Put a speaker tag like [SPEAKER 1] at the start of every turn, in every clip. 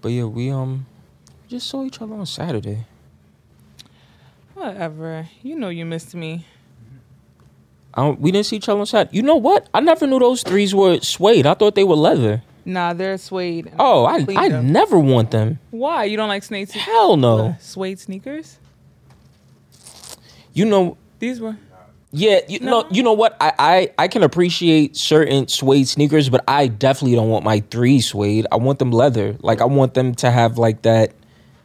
[SPEAKER 1] But yeah, we um just saw each other on Saturday.
[SPEAKER 2] Whatever. You know you missed me.
[SPEAKER 1] I don't, we didn't see each other on Saturday. You know what? I never knew those threes were suede. I thought they were leather.
[SPEAKER 2] Nah, they're suede. and
[SPEAKER 1] Oh, I
[SPEAKER 2] cleaned
[SPEAKER 1] I
[SPEAKER 2] them.
[SPEAKER 1] never want them.
[SPEAKER 2] Why? You don't like snake sneakers?
[SPEAKER 1] Hell no.
[SPEAKER 2] Suede sneakers?
[SPEAKER 1] You know,
[SPEAKER 2] These were.
[SPEAKER 1] yeah, you
[SPEAKER 2] No.
[SPEAKER 1] know, you know what? I, I I can appreciate certain suede sneakers, but I definitely don't want my three suede. I want them leather. Like I want them to have like that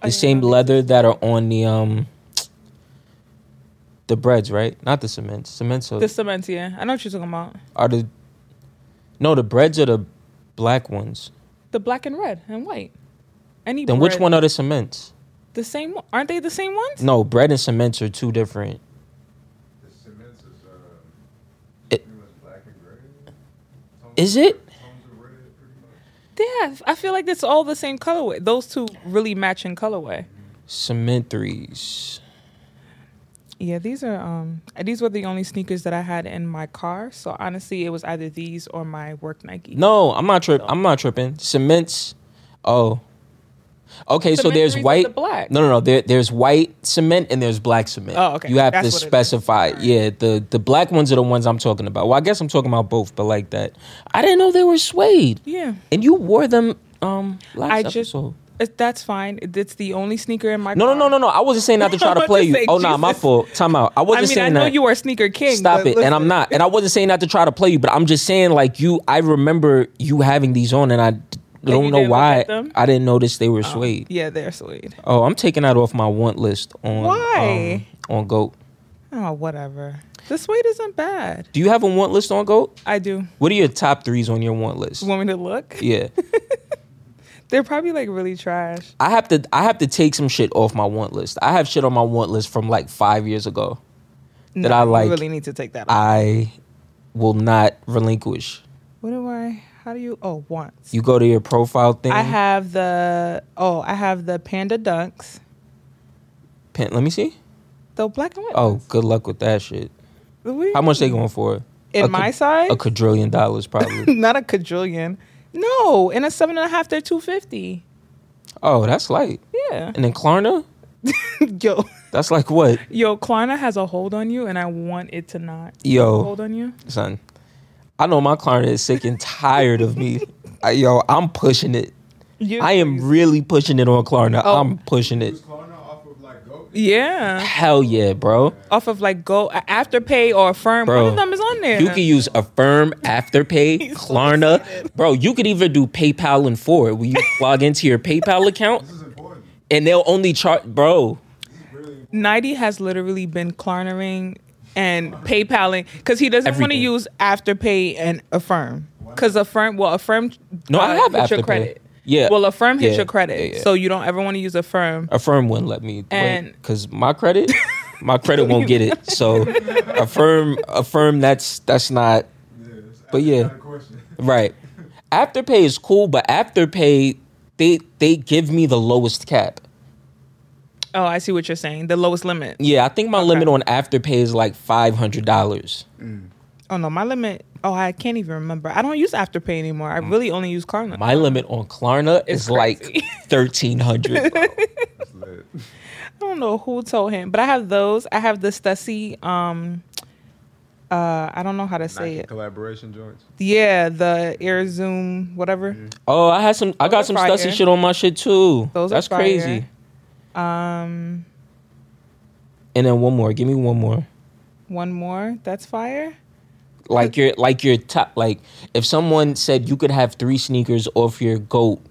[SPEAKER 1] the
[SPEAKER 2] yeah,
[SPEAKER 1] same
[SPEAKER 2] that makes
[SPEAKER 1] leather that are on the um the breads, right? Not the cement. Cements are,
[SPEAKER 2] The cement, yeah. I know what you're talking about.
[SPEAKER 1] are the no the breads are the black ones.
[SPEAKER 2] The black and red and white. Any
[SPEAKER 1] Then which
[SPEAKER 2] bread-
[SPEAKER 1] one are the cements?
[SPEAKER 2] The same one. Aren't they the same ones?
[SPEAKER 1] No, bread and cements are two different.
[SPEAKER 3] The cements is uh,
[SPEAKER 1] It-
[SPEAKER 3] pretty much black and gray. Tones
[SPEAKER 1] Is
[SPEAKER 3] of-
[SPEAKER 1] it?
[SPEAKER 3] Tones of red, pretty much.
[SPEAKER 2] Yeah. I feel like it's all the same colorway. Those two really match in colorway.
[SPEAKER 1] Cement threes.
[SPEAKER 2] Yeah, these are um these were the only sneakers that I had in my car. So honestly, it was either these or my work Nike.
[SPEAKER 1] No, I'm not tripping. I'm not tripping. Cements. Oh. Okay, so
[SPEAKER 2] Cement
[SPEAKER 1] there's
[SPEAKER 2] threes are
[SPEAKER 1] white.
[SPEAKER 2] the black.
[SPEAKER 1] No, no, no. There, there's white cement and there's black cement.
[SPEAKER 2] Oh, okay.
[SPEAKER 1] You have to
[SPEAKER 2] That's what it is.
[SPEAKER 1] specify. Yeah, the the black ones are the ones I'm talking about. Well, I guess I'm talking about both, but like that. I didn't know they were suede.
[SPEAKER 2] Yeah.
[SPEAKER 1] And you wore them um last
[SPEAKER 2] I just-
[SPEAKER 1] episode.
[SPEAKER 2] It, that's fine. It- It's the only sneaker in my
[SPEAKER 1] no, no,
[SPEAKER 2] car.
[SPEAKER 1] no, no, no. I wasn't saying not to try
[SPEAKER 2] I
[SPEAKER 1] to
[SPEAKER 2] was
[SPEAKER 1] play
[SPEAKER 2] just
[SPEAKER 1] you.
[SPEAKER 2] saying,
[SPEAKER 1] oh, nah, my
[SPEAKER 2] Jesus.
[SPEAKER 1] fault. Time out. I
[SPEAKER 2] I
[SPEAKER 1] wasn't
[SPEAKER 2] mean,
[SPEAKER 1] saying
[SPEAKER 2] I know
[SPEAKER 1] that.
[SPEAKER 2] you are a sneaker king.
[SPEAKER 1] Stop
[SPEAKER 2] but
[SPEAKER 1] it. And I'm
[SPEAKER 2] listen.
[SPEAKER 1] not. And I wasn't saying not to try to play you, but I'm just saying like you. I remember you having these on, and I d-
[SPEAKER 2] you
[SPEAKER 1] don't know
[SPEAKER 2] didn't look
[SPEAKER 1] why
[SPEAKER 2] at them?
[SPEAKER 1] I didn't notice they were suede.
[SPEAKER 2] Oh, Yeah, they're suede.
[SPEAKER 1] Oh, I'm taking that off my want list on
[SPEAKER 2] Why?
[SPEAKER 1] um, on Goat.
[SPEAKER 2] Oh, whatever. The suede isn't bad.
[SPEAKER 1] Do you have a want list on Goat?
[SPEAKER 2] I do.
[SPEAKER 1] What are your top threes on your want list?
[SPEAKER 2] You want me to look?
[SPEAKER 1] Yeah,
[SPEAKER 2] They're probably like really trash.
[SPEAKER 1] I have to. I have to take some shit off my want list. I have shit on my want list from like five years ago that I
[SPEAKER 2] you
[SPEAKER 1] like.
[SPEAKER 2] really need to take that off.
[SPEAKER 1] I will not relinquish.
[SPEAKER 2] what do I? How do you? Oh, once.
[SPEAKER 1] You go to your profile thing.
[SPEAKER 2] I have the. Oh, I have the panda dunks.
[SPEAKER 1] Pen- let me see.
[SPEAKER 2] The black and white.
[SPEAKER 1] Oh, good luck with that shit.
[SPEAKER 2] ones.
[SPEAKER 1] How much they going for?
[SPEAKER 2] in
[SPEAKER 1] a ca-
[SPEAKER 2] my size?
[SPEAKER 1] A quadrillion dollars, probably.
[SPEAKER 2] Not a quadrillion. No, in a seven and a half, they're two fifty.
[SPEAKER 1] oh, that's light.
[SPEAKER 2] Yeah.
[SPEAKER 1] And then Klarna,
[SPEAKER 2] yo,
[SPEAKER 1] that's like what?
[SPEAKER 2] yo, Klarna has a hold on you, and I want it to not
[SPEAKER 1] Yo,
[SPEAKER 2] hold on you.
[SPEAKER 1] son, I know my Klarna is sick and tired of me. I, yo, I'm pushing it.
[SPEAKER 2] You-
[SPEAKER 1] I am really pushing it on Klarna.
[SPEAKER 2] Oh.
[SPEAKER 1] I'm pushing it.
[SPEAKER 3] Was Klarna off of like goat?
[SPEAKER 2] Yeah.
[SPEAKER 1] Hell yeah, bro.
[SPEAKER 2] Off of like go afterpay or firm.
[SPEAKER 1] Bro,
[SPEAKER 2] One of them is on there.
[SPEAKER 1] You could use Affirm, Afterpay,
[SPEAKER 2] so
[SPEAKER 1] Klarna. Bro, you could even do PayPal and Forward where you log into your PayPal account
[SPEAKER 3] This is important.
[SPEAKER 1] and they'll only charge. Bro,
[SPEAKER 3] This is really important.
[SPEAKER 2] Nighty has literally been Klarnering and PayPaling because he doesn't want to
[SPEAKER 1] Everything.
[SPEAKER 2] use afterpay and affirm because affirm well affirm uh,
[SPEAKER 1] No, I have
[SPEAKER 2] hits your
[SPEAKER 1] Afterpay.
[SPEAKER 2] credit.
[SPEAKER 1] Yeah.
[SPEAKER 2] Well, affirm hits
[SPEAKER 1] Yeah,
[SPEAKER 2] your credit,
[SPEAKER 1] yeah, yeah.
[SPEAKER 2] so you don't ever want to use affirm.
[SPEAKER 1] Affirm wouldn't let me
[SPEAKER 2] And-
[SPEAKER 1] because my credit, my credit won't get it. So affirm, affirm. That's that's not
[SPEAKER 3] Yeah, it's-
[SPEAKER 1] But
[SPEAKER 3] I
[SPEAKER 1] yeah.
[SPEAKER 3] got a question.
[SPEAKER 1] right. Afterpay is cool, but Afterpay they they give me the lowest cap.
[SPEAKER 2] Oh, I see what you're saying. The lowest limit.
[SPEAKER 1] Yeah, I think my limit on Afterpay is like five hundred dollars.
[SPEAKER 2] Oh no, my limit. Oh, I can't even remember. I don't use afterpay anymore. I really only use Klarna.
[SPEAKER 1] Mm. My limit on Klarna
[SPEAKER 2] It's
[SPEAKER 1] is like
[SPEAKER 2] crazy.
[SPEAKER 1] thirteen hundred.
[SPEAKER 3] That's lit.
[SPEAKER 2] I don't know who told him, but I have those. I have the Stussy. Um, uh, I don't know how to say
[SPEAKER 3] Nike
[SPEAKER 2] it.
[SPEAKER 3] collaboration joints.
[SPEAKER 2] Yeah, the Air Zoom, whatever.
[SPEAKER 1] oh, I had some. I got
[SPEAKER 2] Those are
[SPEAKER 1] some
[SPEAKER 2] fire.
[SPEAKER 1] Stussy shit on my shit too.
[SPEAKER 2] Those are
[SPEAKER 1] that's
[SPEAKER 2] fire.
[SPEAKER 1] crazy.
[SPEAKER 2] Um,
[SPEAKER 1] And then one more. Give me one more.
[SPEAKER 2] one more. That's fire.
[SPEAKER 1] like your like your top like if someone said you could have three sneakers off your goat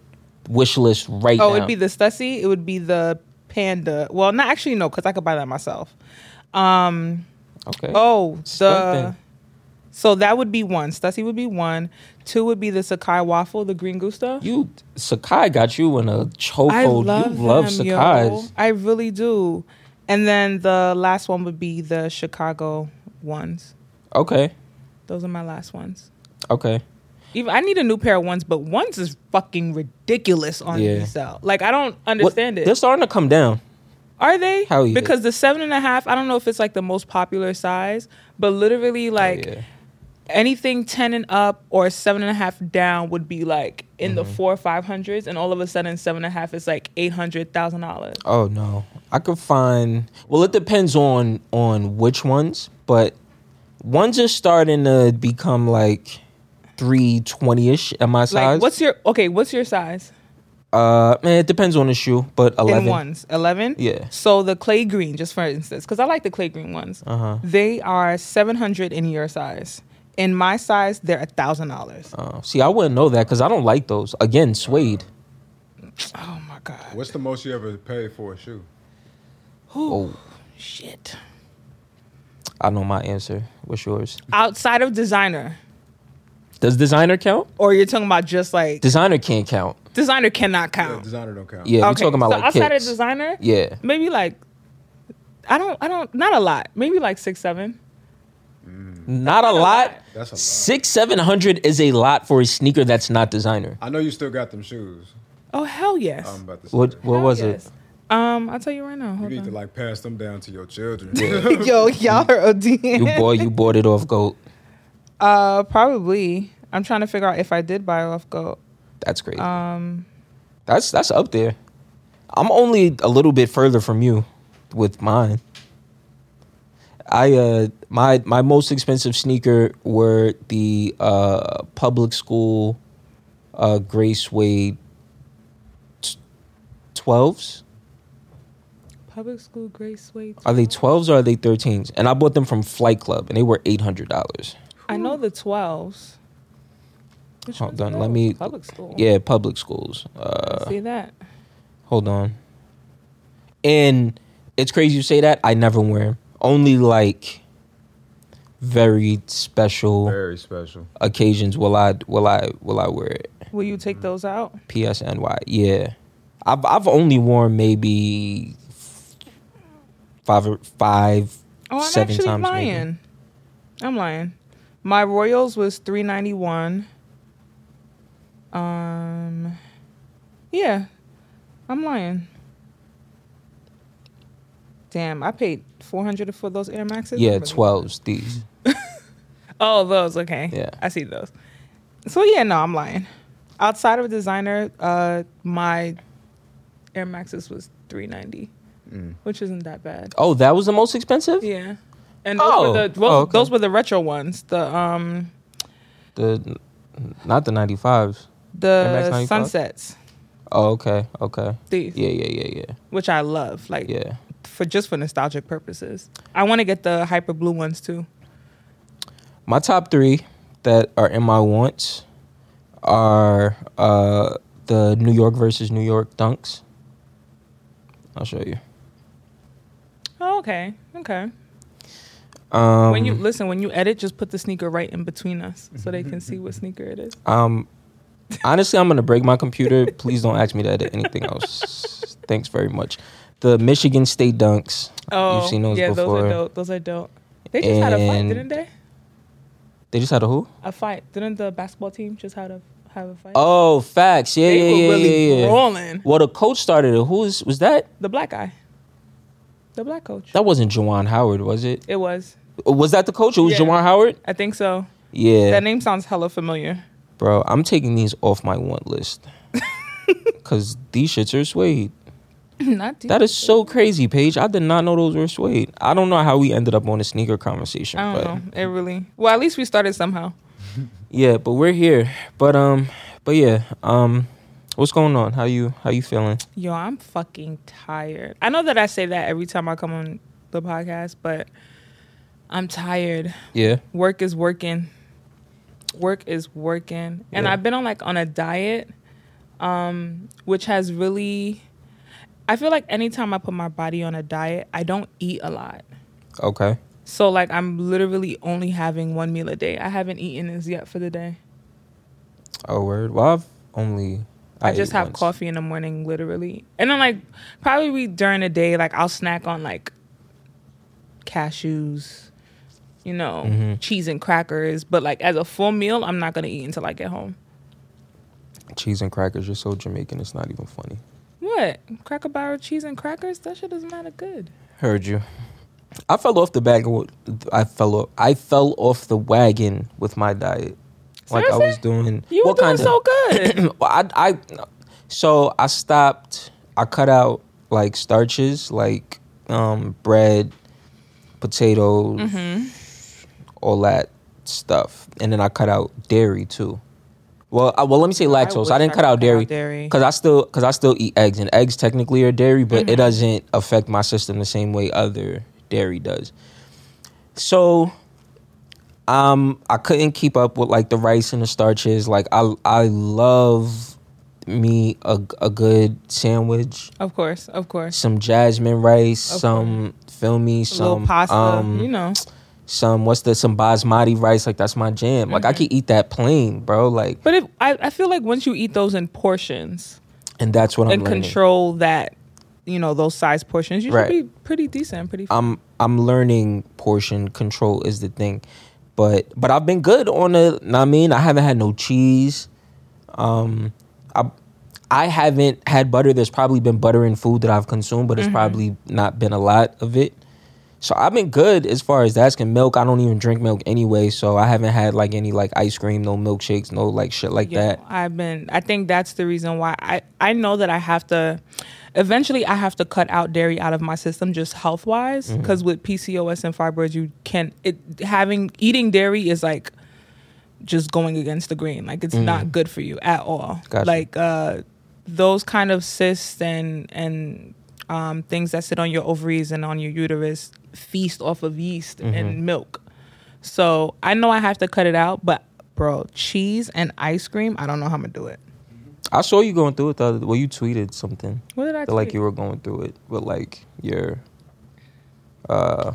[SPEAKER 1] wish list right
[SPEAKER 2] Oh,
[SPEAKER 1] now
[SPEAKER 2] it'd be the Stussy. It would be the Panda. Well, not actually, no, because I could buy that myself. Um,
[SPEAKER 1] okay
[SPEAKER 2] oh,
[SPEAKER 1] Something.
[SPEAKER 2] the. So that would be one. Stussy would be one. Two would be the Sakai waffle, the green gusto.
[SPEAKER 1] you sakai got you in a
[SPEAKER 2] I
[SPEAKER 1] chokehold
[SPEAKER 2] love,
[SPEAKER 1] you love
[SPEAKER 2] them, yo.
[SPEAKER 1] sakai's
[SPEAKER 2] I really do. And then the last one would be the Chicago ones.
[SPEAKER 1] okay
[SPEAKER 2] Those are my last ones.
[SPEAKER 1] okay
[SPEAKER 2] Even I need a new pair of ones, but ones is fucking ridiculous on
[SPEAKER 1] Yeah.
[SPEAKER 2] resale. Like I don't
[SPEAKER 1] What-
[SPEAKER 2] understand it.
[SPEAKER 1] they're starting to come down
[SPEAKER 2] Are they?
[SPEAKER 1] Hell yeah.
[SPEAKER 2] Because the seven and a half, I don't know if it's like the most popular size, but literally like
[SPEAKER 1] Oh, yeah
[SPEAKER 2] anything 10 and up or seven and a half down would be like in
[SPEAKER 1] Mm-hmm.
[SPEAKER 2] the four or five hundreds and all of a sudden seven and a half is like eight hundred thousand dollars
[SPEAKER 1] Oh no, I could find. Well, it depends on on which ones, but ones are starting to become like three twenty ish at my size.
[SPEAKER 2] like what's your okay what's your size
[SPEAKER 1] uh man? It depends on the shoe, but
[SPEAKER 2] in
[SPEAKER 1] eleven.
[SPEAKER 2] ones 11
[SPEAKER 1] Yeah.
[SPEAKER 2] so the clay green just for instance because i like the clay green ones
[SPEAKER 1] Uh huh.
[SPEAKER 2] they are 700 in your size in my size they're a thousand dollars
[SPEAKER 1] Uh, see, I wouldn't know that because I don't like those. Again, suede.
[SPEAKER 2] oh my god
[SPEAKER 3] What's the most you ever paid for a shoe?
[SPEAKER 2] Ooh,
[SPEAKER 1] Oh,
[SPEAKER 2] shit
[SPEAKER 1] I know my answer. What's yours?
[SPEAKER 2] outside of designer
[SPEAKER 1] Does designer count?
[SPEAKER 2] or you're talking about just like
[SPEAKER 1] Designer can't count.
[SPEAKER 2] designer cannot
[SPEAKER 3] Yeah,
[SPEAKER 2] count
[SPEAKER 3] designer don't count.
[SPEAKER 1] Yeah, we're
[SPEAKER 2] okay
[SPEAKER 1] talking about
[SPEAKER 2] so
[SPEAKER 1] like
[SPEAKER 2] outside
[SPEAKER 1] kicks.
[SPEAKER 2] of designer
[SPEAKER 1] yeah.
[SPEAKER 2] maybe like I don't I don't not a lot. Maybe like six seven.
[SPEAKER 1] Not a lot.
[SPEAKER 3] That's a lot.
[SPEAKER 1] Six seven hundred is a lot for a sneaker that's not designer.
[SPEAKER 3] I know you still got them shoes.
[SPEAKER 2] Oh hell yes.
[SPEAKER 3] I'm about to say.
[SPEAKER 1] What Um, what
[SPEAKER 2] Hell
[SPEAKER 1] was
[SPEAKER 2] yes.
[SPEAKER 1] it?
[SPEAKER 2] Um, I'll tell you right now.
[SPEAKER 3] You
[SPEAKER 2] Hold
[SPEAKER 3] need to
[SPEAKER 2] on.
[SPEAKER 3] like pass them down to your children.
[SPEAKER 2] Yo, y'all are OD.
[SPEAKER 1] You boy, you bought it off goat.
[SPEAKER 2] Uh, probably. I'm trying to figure out if I did buy off go.
[SPEAKER 1] That's crazy.
[SPEAKER 2] Um,
[SPEAKER 1] that's that's up there. I'm only a little bit further from you with mine. I uh my my most expensive sneaker were the uh public school uh gray suede t- 12s.
[SPEAKER 2] public school gray suede.
[SPEAKER 1] Are they 12s or are they 13s? And I bought them from Flight Club and they were $800.
[SPEAKER 2] I know the twelves. Which
[SPEAKER 1] Hold
[SPEAKER 2] one's
[SPEAKER 1] on, let
[SPEAKER 2] those?
[SPEAKER 1] me-
[SPEAKER 2] Public school.
[SPEAKER 1] Yeah, public schools. Uh
[SPEAKER 2] See that?
[SPEAKER 1] Hold on. And it's crazy you say that. I never wear 'em. Only like very special
[SPEAKER 3] Very special.
[SPEAKER 1] occasions will I will I will I wear it.
[SPEAKER 2] Will you take those out?
[SPEAKER 1] PSNY. Yeah. I've I've only worn maybe five or five
[SPEAKER 2] Oh, I'm
[SPEAKER 1] seven
[SPEAKER 2] actually
[SPEAKER 1] times maybe.
[SPEAKER 2] lying. I'm lying. My Royals was three ninety one. Um, yeah, I'm lying. Damn, I paid four hundred for those Air Maxes.
[SPEAKER 1] Yeah,
[SPEAKER 2] I'm really-
[SPEAKER 1] twelves. These.
[SPEAKER 2] Oh, those. Okay.
[SPEAKER 1] Yeah.
[SPEAKER 2] I see those. So yeah, no, I'm lying. Outside of designer, uh, my Air Maxes was three ninety,
[SPEAKER 1] Mm.
[SPEAKER 2] which isn't that bad.
[SPEAKER 1] Oh, that was the most expensive.
[SPEAKER 2] Yeah. And those
[SPEAKER 1] Oh.
[SPEAKER 2] were the those,
[SPEAKER 1] Oh, okay.
[SPEAKER 2] those were the retro ones. The um
[SPEAKER 1] The not the ninety fives.
[SPEAKER 2] the
[SPEAKER 1] MX-95?
[SPEAKER 2] sunsets.
[SPEAKER 1] Oh, okay, okay.
[SPEAKER 2] These.
[SPEAKER 1] Yeah, yeah, yeah, yeah,
[SPEAKER 2] Which I love. Like
[SPEAKER 1] yeah.
[SPEAKER 2] for just for nostalgic purposes. I want to get the hyper blue ones too.
[SPEAKER 1] My top three that are in my wants are uh, the New York versus New York dunks. I'll show you.
[SPEAKER 2] Oh, okay. Okay.
[SPEAKER 1] Um,
[SPEAKER 2] when you listen, when you edit, just put the sneaker right in between us so they can see what sneaker it is.
[SPEAKER 1] um, honestly, I'm gonna break my computer. Please don't ask me to edit anything else. Thanks very much. The Michigan State dunks.
[SPEAKER 2] Oh,
[SPEAKER 1] You've seen those
[SPEAKER 2] yeah,
[SPEAKER 1] before.
[SPEAKER 2] those are dope. Those are dope. They just had a fight,
[SPEAKER 1] And-
[SPEAKER 2] didn't they?
[SPEAKER 1] They just had a who?
[SPEAKER 2] A fight. Didn't the basketball team just had a have a fight?
[SPEAKER 1] Oh, facts. Yeah,
[SPEAKER 2] they
[SPEAKER 1] yeah,
[SPEAKER 2] were
[SPEAKER 1] yeah,
[SPEAKER 2] really
[SPEAKER 1] yeah, yeah.
[SPEAKER 2] rolling.
[SPEAKER 1] Well, the coach started it. Who is, was that?
[SPEAKER 2] The black guy. The black coach.
[SPEAKER 1] That wasn't Jawan Howard, was it?
[SPEAKER 2] It was.
[SPEAKER 1] Was that the coach? It was
[SPEAKER 2] Yeah.
[SPEAKER 1] Jawan Howard.
[SPEAKER 2] I think so.
[SPEAKER 1] Yeah.
[SPEAKER 2] That name sounds hella familiar.
[SPEAKER 1] Bro, I'm taking these off my want list. Cause these shits are suede.
[SPEAKER 2] Not
[SPEAKER 1] That is so crazy, Paige. I did not know those were suede. I don't know how we ended up on a sneaker conversation.
[SPEAKER 2] I
[SPEAKER 1] but
[SPEAKER 2] don't know. It really. Well, at least we started somehow.
[SPEAKER 1] yeah, but we're here. But um but yeah, um what's going on? How you how you feeling?
[SPEAKER 2] Yo, I'm fucking tired. I know that I say that every time I come on the podcast, but I'm tired.
[SPEAKER 1] Yeah.
[SPEAKER 2] Work is working. Work is working. And
[SPEAKER 1] Yeah.
[SPEAKER 2] I've been on like on a diet um which has really I feel like anytime I put my body on a diet, I don't eat a lot.
[SPEAKER 1] Okay.
[SPEAKER 2] So like I'm literally only having one meal a day. I haven't eaten as yet for the day.
[SPEAKER 1] Oh word. Well I've only
[SPEAKER 2] I, just
[SPEAKER 1] ate
[SPEAKER 2] have
[SPEAKER 1] once.
[SPEAKER 2] coffee in the morning, literally. And then like probably during the day, like I'll snack on like cashews, you know,
[SPEAKER 1] Mhm.
[SPEAKER 2] cheese and crackers. But like as a full meal, I'm not gonna eat until I get home.
[SPEAKER 1] Cheese and crackers, you're so Jamaican, it's not even funny.
[SPEAKER 2] What? Cracker barrel cheese and crackers? That shit is not a good.
[SPEAKER 1] Heard you. I fell off the bag. I fell off. I fell off the wagon with my diet. Like I
[SPEAKER 2] Seriously?
[SPEAKER 1] was doing.
[SPEAKER 2] You were
[SPEAKER 1] what
[SPEAKER 2] doing
[SPEAKER 1] kinda-
[SPEAKER 2] so good.
[SPEAKER 1] Well, I, I, so I stopped. I cut out like starches, like um, bread, potatoes,
[SPEAKER 2] Mm-hmm.
[SPEAKER 1] all that stuff, and then I cut out dairy too. Well, I, well, let me say lactose. I,
[SPEAKER 2] wish
[SPEAKER 1] didn't
[SPEAKER 2] I
[SPEAKER 1] cut
[SPEAKER 2] could
[SPEAKER 1] out
[SPEAKER 2] cut
[SPEAKER 1] dairy
[SPEAKER 2] out dairy.
[SPEAKER 1] because I still because I still eat eggs, and eggs technically are dairy, but
[SPEAKER 2] Mm-hmm.
[SPEAKER 1] it doesn't affect my system the same way other dairy does. So um I couldn't keep up with like the rice and the starches. Like I I love me a a good sandwich,
[SPEAKER 2] Of course, of course.
[SPEAKER 1] some jasmine rice,
[SPEAKER 2] Of
[SPEAKER 1] some filmy,
[SPEAKER 2] A little
[SPEAKER 1] some
[SPEAKER 2] pasta, Mm-hmm.
[SPEAKER 1] um
[SPEAKER 2] you know.
[SPEAKER 1] some what's the some basmati rice. Like that's my jam. Like I
[SPEAKER 2] Mm-hmm.
[SPEAKER 1] could eat that plain, bro. Like
[SPEAKER 2] But if I, I feel like once you eat those in portions
[SPEAKER 1] and that's what I'm
[SPEAKER 2] and
[SPEAKER 1] learning.
[SPEAKER 2] control that, you know, those size portions, you
[SPEAKER 1] Right.
[SPEAKER 2] should be pretty decent, and pretty.
[SPEAKER 1] I'm I'm learning portion control is the thing. But but I've been good on the know what I mean, I haven't had no cheese. Um I I haven't had butter. There's probably been butter in food that I've consumed, but it's probably not been a lot of it. So I've been good as far as that's can milk. I don't even drink milk anyway, so I haven't had like any like ice cream, no milkshakes, no like shit like
[SPEAKER 2] you know,
[SPEAKER 1] that.
[SPEAKER 2] I've been. I think that's the reason why I I know that I have to. Eventually, I have to cut out dairy out of my system, just health wise,
[SPEAKER 1] Mm-hmm.
[SPEAKER 2] because with PCOS and fibroids, you can it having eating dairy is like just going against the grain. Like it's not good for you at all.
[SPEAKER 1] Mm. Gotcha.
[SPEAKER 2] Like uh, those kind of cysts and and um, things that sit on your ovaries and on your uterus feast off of yeast
[SPEAKER 1] Mm-hmm.
[SPEAKER 2] and milk. So I know I have to cut it out, but bro, cheese and ice cream, I don't know how I'm gonna do it.
[SPEAKER 1] I saw you going through it the other well, you tweeted something.
[SPEAKER 2] What did I
[SPEAKER 1] that, like
[SPEAKER 2] tweet?
[SPEAKER 1] you were going through it with like your uh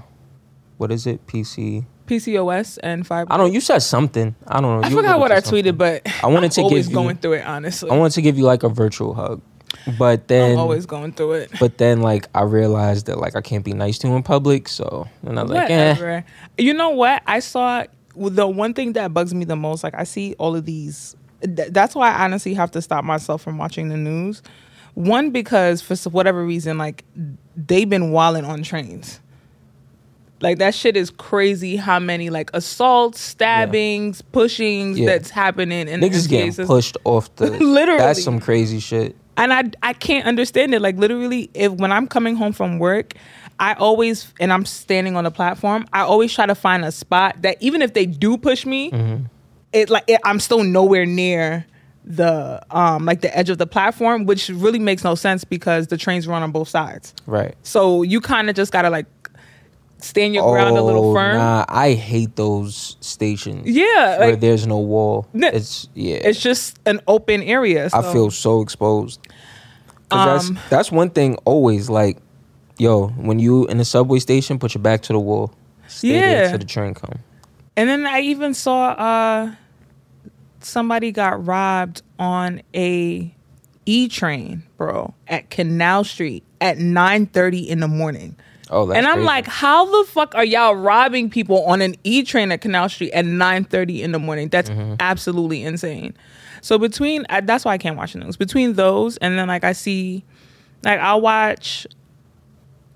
[SPEAKER 1] what is it pc
[SPEAKER 2] PCOS and fibroids.
[SPEAKER 1] i don't you said something i don't know
[SPEAKER 2] I
[SPEAKER 1] You
[SPEAKER 2] forgot
[SPEAKER 1] looked
[SPEAKER 2] what
[SPEAKER 1] at
[SPEAKER 2] I
[SPEAKER 1] something.
[SPEAKER 2] tweeted, but
[SPEAKER 1] I wanted
[SPEAKER 2] I'm
[SPEAKER 1] to give
[SPEAKER 2] always
[SPEAKER 1] you-
[SPEAKER 2] going through it. Honestly,
[SPEAKER 1] i wanted to give you like a virtual hug but then
[SPEAKER 2] I'm always going through it.
[SPEAKER 1] but then like i realized that like i can't be nice to him in public so and i was like eh.
[SPEAKER 2] Whatever. You know what? I saw the one thing that bugs me the most. Like I see all of these. th- that's why I honestly have to stop myself from watching the news. One because for s- whatever reason, like they've been wilding on trains. Like that shit is crazy. How many like assaults, stabbings, pushings
[SPEAKER 1] Yeah.
[SPEAKER 2] that's happening in
[SPEAKER 1] niggas
[SPEAKER 2] this
[SPEAKER 1] getting pushed off the
[SPEAKER 2] Literally.
[SPEAKER 1] that's some crazy shit
[SPEAKER 2] and I I can't understand it. Like literally, if when I'm coming home from work, I always and I'm standing on a platform. I always try to find a spot that even if they do push me,
[SPEAKER 1] Mm-hmm.
[SPEAKER 2] it like it, I'm still nowhere near the um like the edge of the platform, which really makes no sense because the trains run on both sides.
[SPEAKER 1] right
[SPEAKER 2] So you kind of just gotta like stand your ground a little
[SPEAKER 1] Oh,
[SPEAKER 2] firm.
[SPEAKER 1] nah, i hate those stations
[SPEAKER 2] Yeah,
[SPEAKER 1] where
[SPEAKER 2] like-
[SPEAKER 1] there's no wall
[SPEAKER 2] N-
[SPEAKER 1] it's yeah
[SPEAKER 2] It's just an open area. So.
[SPEAKER 1] I feel so exposed. 'Cause
[SPEAKER 2] Um,
[SPEAKER 1] that's that's one thing always like, yo, when you in the subway station, put your back to the wall. Stay there
[SPEAKER 2] Yeah.
[SPEAKER 1] till the train come.
[SPEAKER 2] And then I even saw uh somebody got robbed on a E train, bro, at Canal Street at 9:30 in the morning.
[SPEAKER 1] Oh, that's
[SPEAKER 2] and I'm
[SPEAKER 1] crazy.
[SPEAKER 2] like, how the fuck are y'all robbing people on an E train at Canal Street at 9:30 in the morning? That's
[SPEAKER 1] Mm-hmm.
[SPEAKER 2] absolutely insane. So between I, that's why I can't watch the news. Between those and then like I see like I'll watch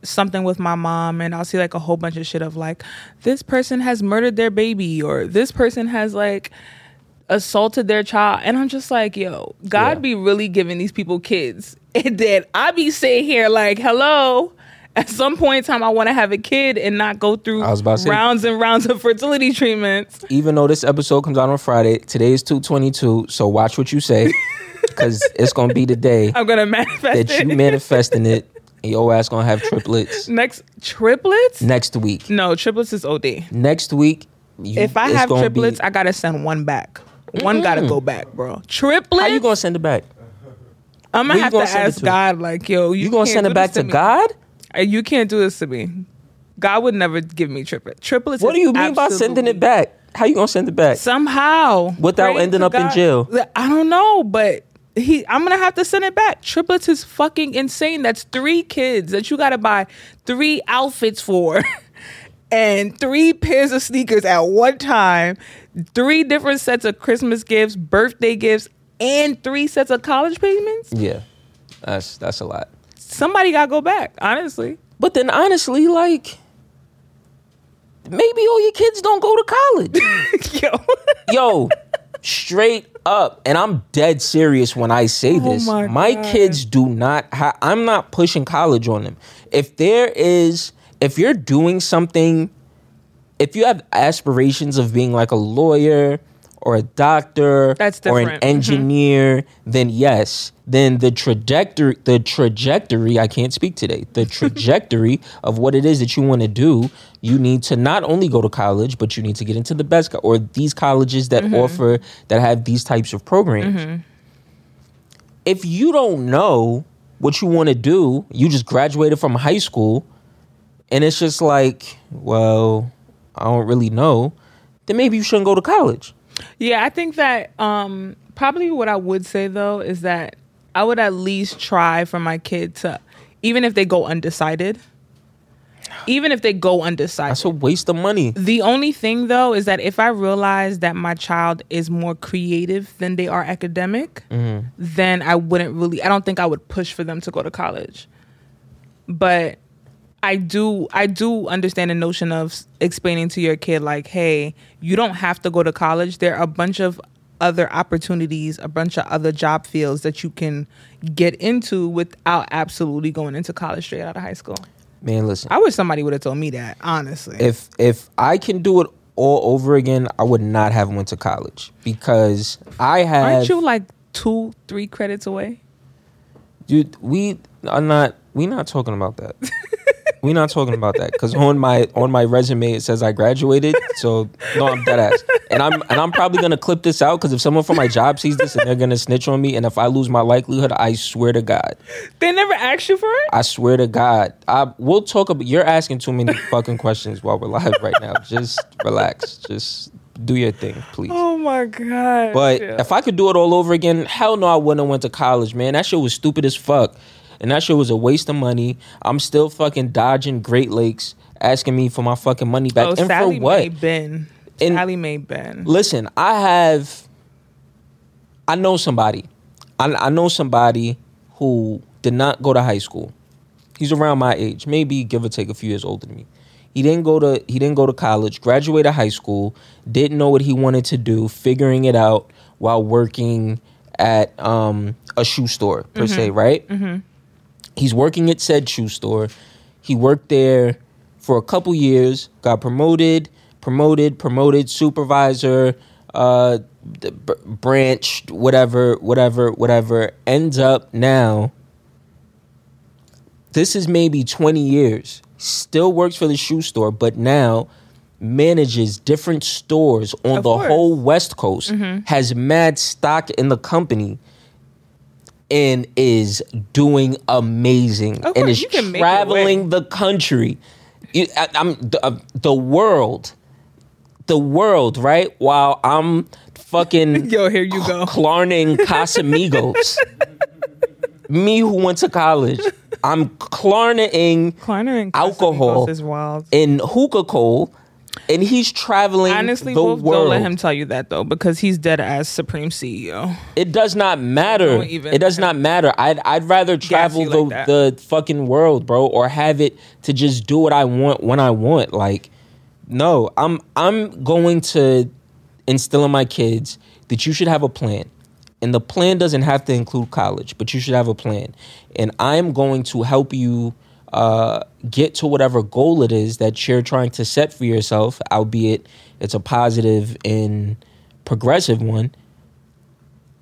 [SPEAKER 2] something with my mom and I'll see like a whole bunch of shit of like this person has murdered their baby or this person has like assaulted their child and I'm just like yo God
[SPEAKER 1] Yeah.
[SPEAKER 2] be really giving these people kids and then I be sitting here like hello at some point in time I want to have a kid and not go through
[SPEAKER 1] I was about to say-
[SPEAKER 2] rounds and rounds of fertility treatments
[SPEAKER 1] Even though this episode comes out on Friday, today is two twenty two. So watch what you say, because it's gonna be the day
[SPEAKER 2] I'm gonna manifest
[SPEAKER 1] that you
[SPEAKER 2] it
[SPEAKER 1] manifesting it, and your ass gonna have triplets
[SPEAKER 2] next triplets
[SPEAKER 1] next week.
[SPEAKER 2] no triplets is OD
[SPEAKER 1] Next week, you,
[SPEAKER 2] If I
[SPEAKER 1] it's
[SPEAKER 2] have
[SPEAKER 1] gonna be- Mm.
[SPEAKER 2] triplets, I gotta send one back. One gotta go back, bro. Triplets.
[SPEAKER 1] how you gonna send it back?
[SPEAKER 2] I'm
[SPEAKER 1] who
[SPEAKER 2] gonna
[SPEAKER 1] you
[SPEAKER 2] have
[SPEAKER 1] gonna
[SPEAKER 2] to
[SPEAKER 1] send it
[SPEAKER 2] ask
[SPEAKER 1] to?
[SPEAKER 2] God, like, yo, you,
[SPEAKER 1] You gonna
[SPEAKER 2] can't
[SPEAKER 1] send
[SPEAKER 2] do
[SPEAKER 1] it back
[SPEAKER 2] this
[SPEAKER 1] to
[SPEAKER 2] me.
[SPEAKER 1] God?
[SPEAKER 2] Uh, You can't do this to me. God would never give me triplets. Triplets.
[SPEAKER 1] What do
[SPEAKER 2] is
[SPEAKER 1] you mean by sending it
[SPEAKER 2] absolutely-
[SPEAKER 1] back? How you gonna send it back?
[SPEAKER 2] Somehow,
[SPEAKER 1] Without
[SPEAKER 2] Praying
[SPEAKER 1] ending
[SPEAKER 2] to
[SPEAKER 1] up in jail.
[SPEAKER 2] I don't know, but he. I'm gonna have to send it back. Triplets is fucking insane. That's three kids that you gotta buy three outfits for. and three pairs of sneakers at one time, three different sets of Christmas gifts, birthday gifts, and three sets of college payments.
[SPEAKER 1] Yeah, that's that's a lot.
[SPEAKER 2] Somebody got to go back, honestly.
[SPEAKER 1] But then honestly, like maybe all your kids don't go to college.
[SPEAKER 2] Yo.
[SPEAKER 1] Yo, straight up, and I'm dead serious when I say this.
[SPEAKER 2] Oh my God.
[SPEAKER 1] kids do not. Ha- I'm not pushing college on them. If there is, if you're doing something, if you have aspirations of being like a lawyer or a doctor
[SPEAKER 2] That's
[SPEAKER 1] or an
[SPEAKER 2] different. Mhm.
[SPEAKER 1] engineer, then yes, then the trajectory, the trajectory. I can't speak today. The trajectory of what it is that you want to do, you need to not only go to college, but you need to get into the best co- or these colleges that
[SPEAKER 2] Mm-hmm.
[SPEAKER 1] offer that have these types of programs if you don't know what you want to do, you just graduated from high school, and it's just like, well, I don't really know, then maybe you shouldn't go to college.
[SPEAKER 2] Yeah, I think that um, probably what I would say though is that I would at least try for my kid to, even if they go undecided, even if they go undecided.
[SPEAKER 1] That's a waste of money.
[SPEAKER 2] the only thing though is that if I realize that my child is more creative than they are academic, then I wouldn't really, I don't think I would push for them to go to college. But I do I do understand the notion of s- explaining to your kid like, hey, you don't have to go to college. There are a bunch of other opportunities, a bunch of other job fields that you can get into without absolutely going into college straight out of high school.
[SPEAKER 1] Man, listen,
[SPEAKER 2] I wish somebody would have told me that, honestly.
[SPEAKER 1] if if I can do it all over again, I would not have went to college because I have.
[SPEAKER 2] Aren't you like two, three credits away?
[SPEAKER 1] Dude, we are not. We not talking about that. we not talking about that because on my on my resume it says I graduated. So no, I'm dead ass, and I'm and I'm probably gonna clip this out because if someone from my job sees this and they're gonna snitch on me, and if I lose my likelihood, I swear to God,
[SPEAKER 2] They never asked you for it?
[SPEAKER 1] I swear to God, I we'll talk about. You're asking too many fucking questions while we're live right now. Just relax. Just do your thing, please.
[SPEAKER 2] Oh my god.
[SPEAKER 1] But
[SPEAKER 2] Yeah.
[SPEAKER 1] if I could do it all over again, hell no, I wouldn't have went to college, man. That shit was stupid as fuck. And that shit was a waste of money. I'm still fucking dodging Great Lakes asking me for my fucking money back.
[SPEAKER 2] oh,
[SPEAKER 1] and
[SPEAKER 2] Sally
[SPEAKER 1] for what?
[SPEAKER 2] Mae Ben.
[SPEAKER 1] And-
[SPEAKER 2] Sally Mae Ben.
[SPEAKER 1] Listen, I have I know somebody. I, I know somebody who did not go to high school. He's around my age, maybe give or take a few years older than me. He didn't go to he didn't go to college, graduated high school, didn't know what he wanted to do, figuring it out while working at um, a shoe store per se, right? He's working at said shoe store. He worked there for a couple years, got promoted, promoted, promoted, supervisor, uh, the b- branch, whatever, whatever, whatever. Ends up now, this is maybe 20 years, still works for the shoe store, but now manages different stores on
[SPEAKER 2] Of
[SPEAKER 1] the
[SPEAKER 2] course. Mm-hmm.
[SPEAKER 1] whole West Coast, has mad stock in the company and is doing amazing
[SPEAKER 2] Of
[SPEAKER 1] and
[SPEAKER 2] course,
[SPEAKER 1] is
[SPEAKER 2] you can make your
[SPEAKER 1] traveling the country You- I, am the, uh, the world the world right while i'm fucking
[SPEAKER 2] Yo, here you go.
[SPEAKER 1] clarning casamigos me who went to college i'm clarning
[SPEAKER 2] Kleiner and
[SPEAKER 1] Alcohol.
[SPEAKER 2] Casamigos is wild.
[SPEAKER 1] in hookah coal and he's traveling
[SPEAKER 2] Honestly,
[SPEAKER 1] the
[SPEAKER 2] Wolf,
[SPEAKER 1] world
[SPEAKER 2] don't let him tell you that though, because he's dead as Supreme E CEO.
[SPEAKER 1] It does not matter.
[SPEAKER 2] Don't even-
[SPEAKER 1] It does not matter. I'd I'd rather travel
[SPEAKER 2] you
[SPEAKER 1] the,
[SPEAKER 2] like that.
[SPEAKER 1] the fucking world, bro, or have it to just do what I want when I want. Like, no, I'm I'm going to instill in my kids that you should have a plan. And the plan doesn't have to include college, but you should have a plan. And I'm going to help you uh, get to whatever goal it is that you're trying to set for yourself, albeit it's a positive and progressive one.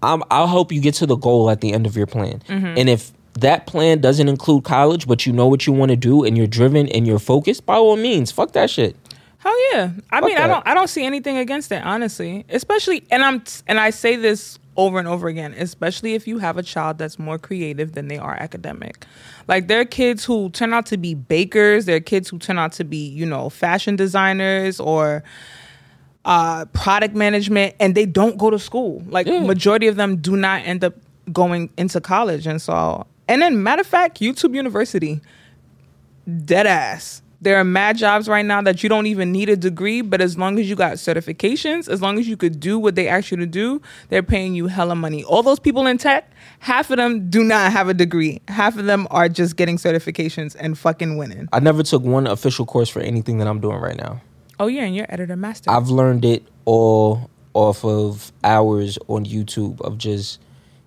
[SPEAKER 1] I'm, I'll help you get to the goal at the end of your plan. And if that plan doesn't include college, but you know what you want to do and you're driven and you're focused, by all means, fuck that shit.
[SPEAKER 2] Hell yeah! I mean, I
[SPEAKER 1] that.
[SPEAKER 2] don't, I don't see anything against it, honestly. Especially, and I'm, and I say this over and over again. Especially if you have a child that's more creative than they are academic. Like there are kids who turn out to be bakers. There are kids who turn out to be, you know, fashion designers or uh, product management, and they don't go to school. Like majority of them do not end up going into college, and so. And then, matter of fact, YouTube University dead ass. There are mad jobs right now that you don't even need a degree, but as long as you got certifications, as long as you could do what they ask you to do, they're paying you hella money. All those people in tech, half of them do not have a degree. Half of them are just getting certifications and fucking winning.
[SPEAKER 1] I never took one official course for anything that I'm doing right now.
[SPEAKER 2] Oh yeah, and you're editor master.
[SPEAKER 1] I've learned it all off of hours on YouTube of just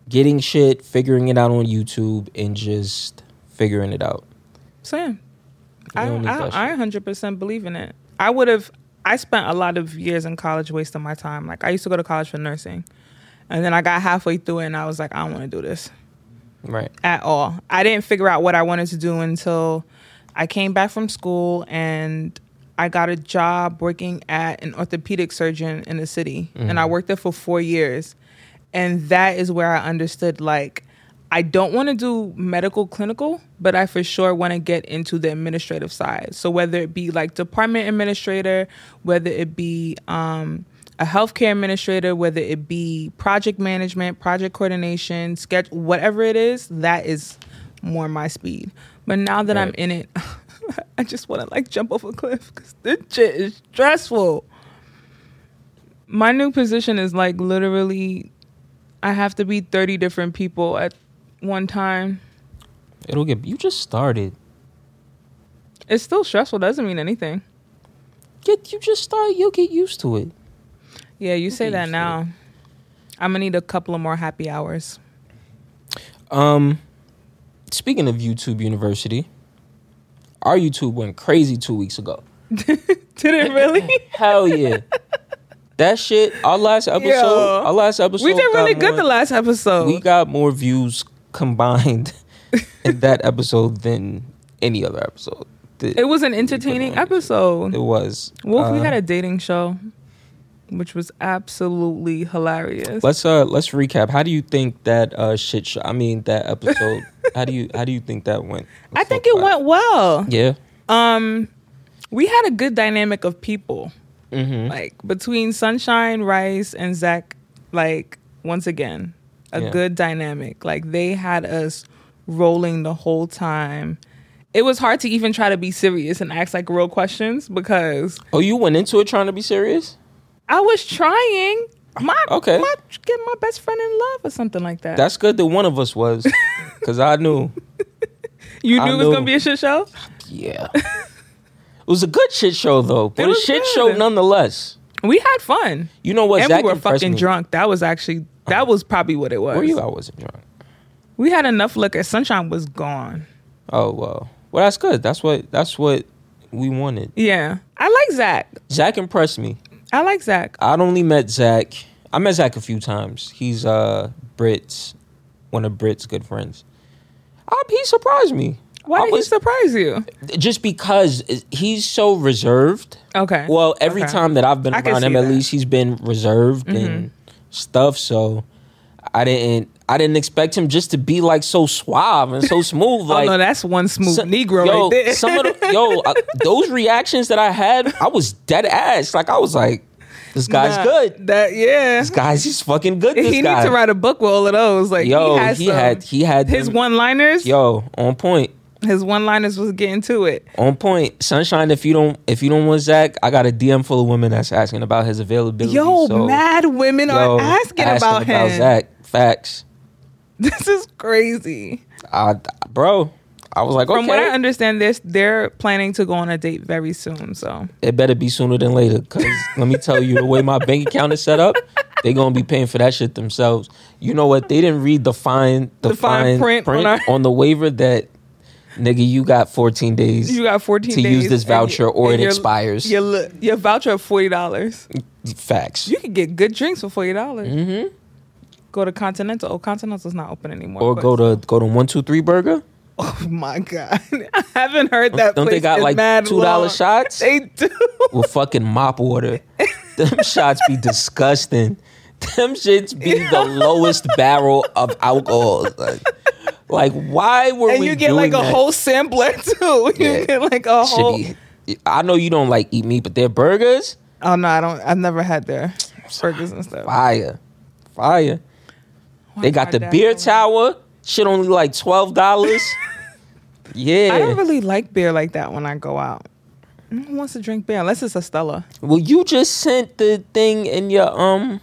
[SPEAKER 1] getting shit, figuring it out on YouTube, and just figuring it out.
[SPEAKER 2] Same.
[SPEAKER 1] You
[SPEAKER 2] I
[SPEAKER 1] don't need that
[SPEAKER 2] I I hundred percent believe in it. I would have. I spent a lot of years in college wasting my time. Like I used to go to college for nursing, and then I got halfway through it, and I was like, I don't want to do this
[SPEAKER 1] Right.
[SPEAKER 2] at all. I didn't figure out what I wanted to do until I came back from school and I got a job working at an orthopedic surgeon in the city. And I worked there for four years. And that is where I understood like, I don't want to do medical clinical, but I for sure want to get into the administrative side. So whether it be like department administrator, whether it be um, a healthcare administrator, whether it be project management, project coordination, sketch, whatever it is, that is more my speed. But now that I'm
[SPEAKER 1] Right.
[SPEAKER 2] in it, I just want to like jump off a cliff because this shit is stressful. My new position is like literally, I have to be 30 different people at one time.
[SPEAKER 1] It'll get. You just started.
[SPEAKER 2] It's still stressful, doesn't mean anything.
[SPEAKER 1] Get. You just started. You'll get used to it.
[SPEAKER 2] Yeah, you say
[SPEAKER 1] you
[SPEAKER 2] that
[SPEAKER 1] said
[SPEAKER 2] now. I'm gonna need a couple of more happy hours.
[SPEAKER 1] Um, speaking of YouTube University, our YouTube went crazy two weeks ago.
[SPEAKER 2] Did it really?
[SPEAKER 1] Hell yeah. that shit. Our last episode.
[SPEAKER 2] Yo.
[SPEAKER 1] Our last episode.
[SPEAKER 2] we did
[SPEAKER 1] got
[SPEAKER 2] really good
[SPEAKER 1] more-
[SPEAKER 2] the last episode.
[SPEAKER 1] we got more views combined in that episode than any other episode. Th-
[SPEAKER 2] it was an entertaining episode.
[SPEAKER 1] It was.
[SPEAKER 2] Wolf, we
[SPEAKER 1] Uh,
[SPEAKER 2] had a dating show, which was absolutely hilarious.
[SPEAKER 1] Let's uh let's recap. How do you think that uh shit? Show, I mean that episode. how do you how do you think that went?
[SPEAKER 2] I
[SPEAKER 1] Let's
[SPEAKER 2] think
[SPEAKER 1] talk
[SPEAKER 2] it
[SPEAKER 1] about
[SPEAKER 2] went well.
[SPEAKER 1] Yeah.
[SPEAKER 2] Um, we had a good dynamic of people,
[SPEAKER 1] Mm-hmm.
[SPEAKER 2] like between Sunshine, Rice, and Zach. Like once again, a
[SPEAKER 1] Yeah.
[SPEAKER 2] good dynamic. Like they had us rolling the whole time. It was hard to even try to be serious and ask like real questions because
[SPEAKER 1] Oh, you went into it trying to be serious.
[SPEAKER 2] I was trying my
[SPEAKER 1] Okay.
[SPEAKER 2] my get my best friend in love or something like that.
[SPEAKER 1] That's good that one of us was, because I knew.
[SPEAKER 2] you
[SPEAKER 1] I
[SPEAKER 2] knew it was
[SPEAKER 1] know.
[SPEAKER 2] gonna be a shit show.
[SPEAKER 1] Yeah. It was a good shit show though, but
[SPEAKER 2] It
[SPEAKER 1] a
[SPEAKER 2] was
[SPEAKER 1] shit
[SPEAKER 2] good.
[SPEAKER 1] show nonetheless.
[SPEAKER 2] We had fun.
[SPEAKER 1] You know what?
[SPEAKER 2] and
[SPEAKER 1] Zach
[SPEAKER 2] we were
[SPEAKER 1] impressed
[SPEAKER 2] fucking
[SPEAKER 1] me.
[SPEAKER 2] drunk. That was actually that was probably what it was.
[SPEAKER 1] Were you? I wasn't drunk.
[SPEAKER 2] We had enough liquor. Sunshine was gone.
[SPEAKER 1] Oh well. Well, that's good. That's what that's what we wanted.
[SPEAKER 2] Yeah. I like Zach.
[SPEAKER 1] Zach impressed me.
[SPEAKER 2] I like Zach.
[SPEAKER 1] I'd only met Zach. I met Zach a few times. He's uh Brit's one of Brit's good friends. I, he surprised me.
[SPEAKER 2] Why
[SPEAKER 1] I
[SPEAKER 2] did
[SPEAKER 1] was-
[SPEAKER 2] he surprise you?
[SPEAKER 1] just because he's so reserved.
[SPEAKER 2] Okay.
[SPEAKER 1] Well, every
[SPEAKER 2] Okay.
[SPEAKER 1] time that I've been
[SPEAKER 2] I can
[SPEAKER 1] around
[SPEAKER 2] see
[SPEAKER 1] him, at
[SPEAKER 2] that. Mm-hmm.
[SPEAKER 1] least he's been reserved and stuff. So I didn't. I didn't expect him just to be like so suave and so smooth.
[SPEAKER 2] Oh
[SPEAKER 1] like
[SPEAKER 2] no, that's one smooth
[SPEAKER 1] some-
[SPEAKER 2] Negro
[SPEAKER 1] yo,
[SPEAKER 2] right there.
[SPEAKER 1] some of the, yo, I, those reactions that I had, I was dead ass. Like I was like, this guy's
[SPEAKER 2] Nah,
[SPEAKER 1] good.
[SPEAKER 2] That yeah.
[SPEAKER 1] This guy's he's fucking good. This
[SPEAKER 2] he
[SPEAKER 1] guy.
[SPEAKER 2] needs to write a book with all of those. Like
[SPEAKER 1] yo, he,
[SPEAKER 2] he has some-
[SPEAKER 1] had he had
[SPEAKER 2] his
[SPEAKER 1] them-
[SPEAKER 2] one liners.
[SPEAKER 1] Yo, on point,
[SPEAKER 2] His one liners was getting to it.
[SPEAKER 1] on point. Sunshine, if you don't if you don't want Zach, I got a DM full of women that's asking about his availability.
[SPEAKER 2] Yo,
[SPEAKER 1] so,
[SPEAKER 2] mad women
[SPEAKER 1] yo,
[SPEAKER 2] are asking, about him.
[SPEAKER 1] Zach. Facts.
[SPEAKER 2] This is crazy.
[SPEAKER 1] I, bro, I was like,
[SPEAKER 2] From
[SPEAKER 1] okay,
[SPEAKER 2] what I understand, this they're planning to go on a date very soon. So
[SPEAKER 1] it better be sooner than later. Cause let me tell you, the way my bank account is set up, they gonna be paying for that shit themselves. You know what? They didn't read the fine the,
[SPEAKER 2] The fine print on our-
[SPEAKER 1] on the waiver that nigga, you got 14 days.
[SPEAKER 2] you got fourteen
[SPEAKER 1] to
[SPEAKER 2] days
[SPEAKER 1] use this
[SPEAKER 2] and you-
[SPEAKER 1] voucher or
[SPEAKER 2] and
[SPEAKER 1] it
[SPEAKER 2] your-
[SPEAKER 1] expires.
[SPEAKER 2] Your li- your voucher of forty dollars.
[SPEAKER 1] Facts.
[SPEAKER 2] You can get good drinks for forty dollars. Mm-hmm. Go to Continental. Oh, Continental's not open anymore.
[SPEAKER 1] or
[SPEAKER 2] but-
[SPEAKER 1] go to go to one two three burger.
[SPEAKER 2] Oh my god, I haven't heard that.
[SPEAKER 1] Don't they
[SPEAKER 2] place
[SPEAKER 1] got
[SPEAKER 2] in
[SPEAKER 1] like
[SPEAKER 2] mad
[SPEAKER 1] two dollar
[SPEAKER 2] long.
[SPEAKER 1] shots
[SPEAKER 2] They do.
[SPEAKER 1] with fucking mop water? Them shots be disgusting. Them shits be the lowest barrel of alcohol. Like, like, why were
[SPEAKER 2] And
[SPEAKER 1] we
[SPEAKER 2] you get
[SPEAKER 1] doing
[SPEAKER 2] like a
[SPEAKER 1] that?
[SPEAKER 2] whole sampler too. You
[SPEAKER 1] Yeah.
[SPEAKER 2] get like a
[SPEAKER 1] Should
[SPEAKER 2] whole.
[SPEAKER 1] be- I know you don't like eat meat, but their burgers
[SPEAKER 2] Oh no, I don't. I've never had their burgers and stuff.
[SPEAKER 1] fire, fire. They got the beer
[SPEAKER 2] towel.
[SPEAKER 1] tower. Shit only like twelve dollars. yeah.
[SPEAKER 2] I don't really like beer like that when I go out. Who wants to drink beer unless it's a Stella?
[SPEAKER 1] Well, you just sent the thing in your um.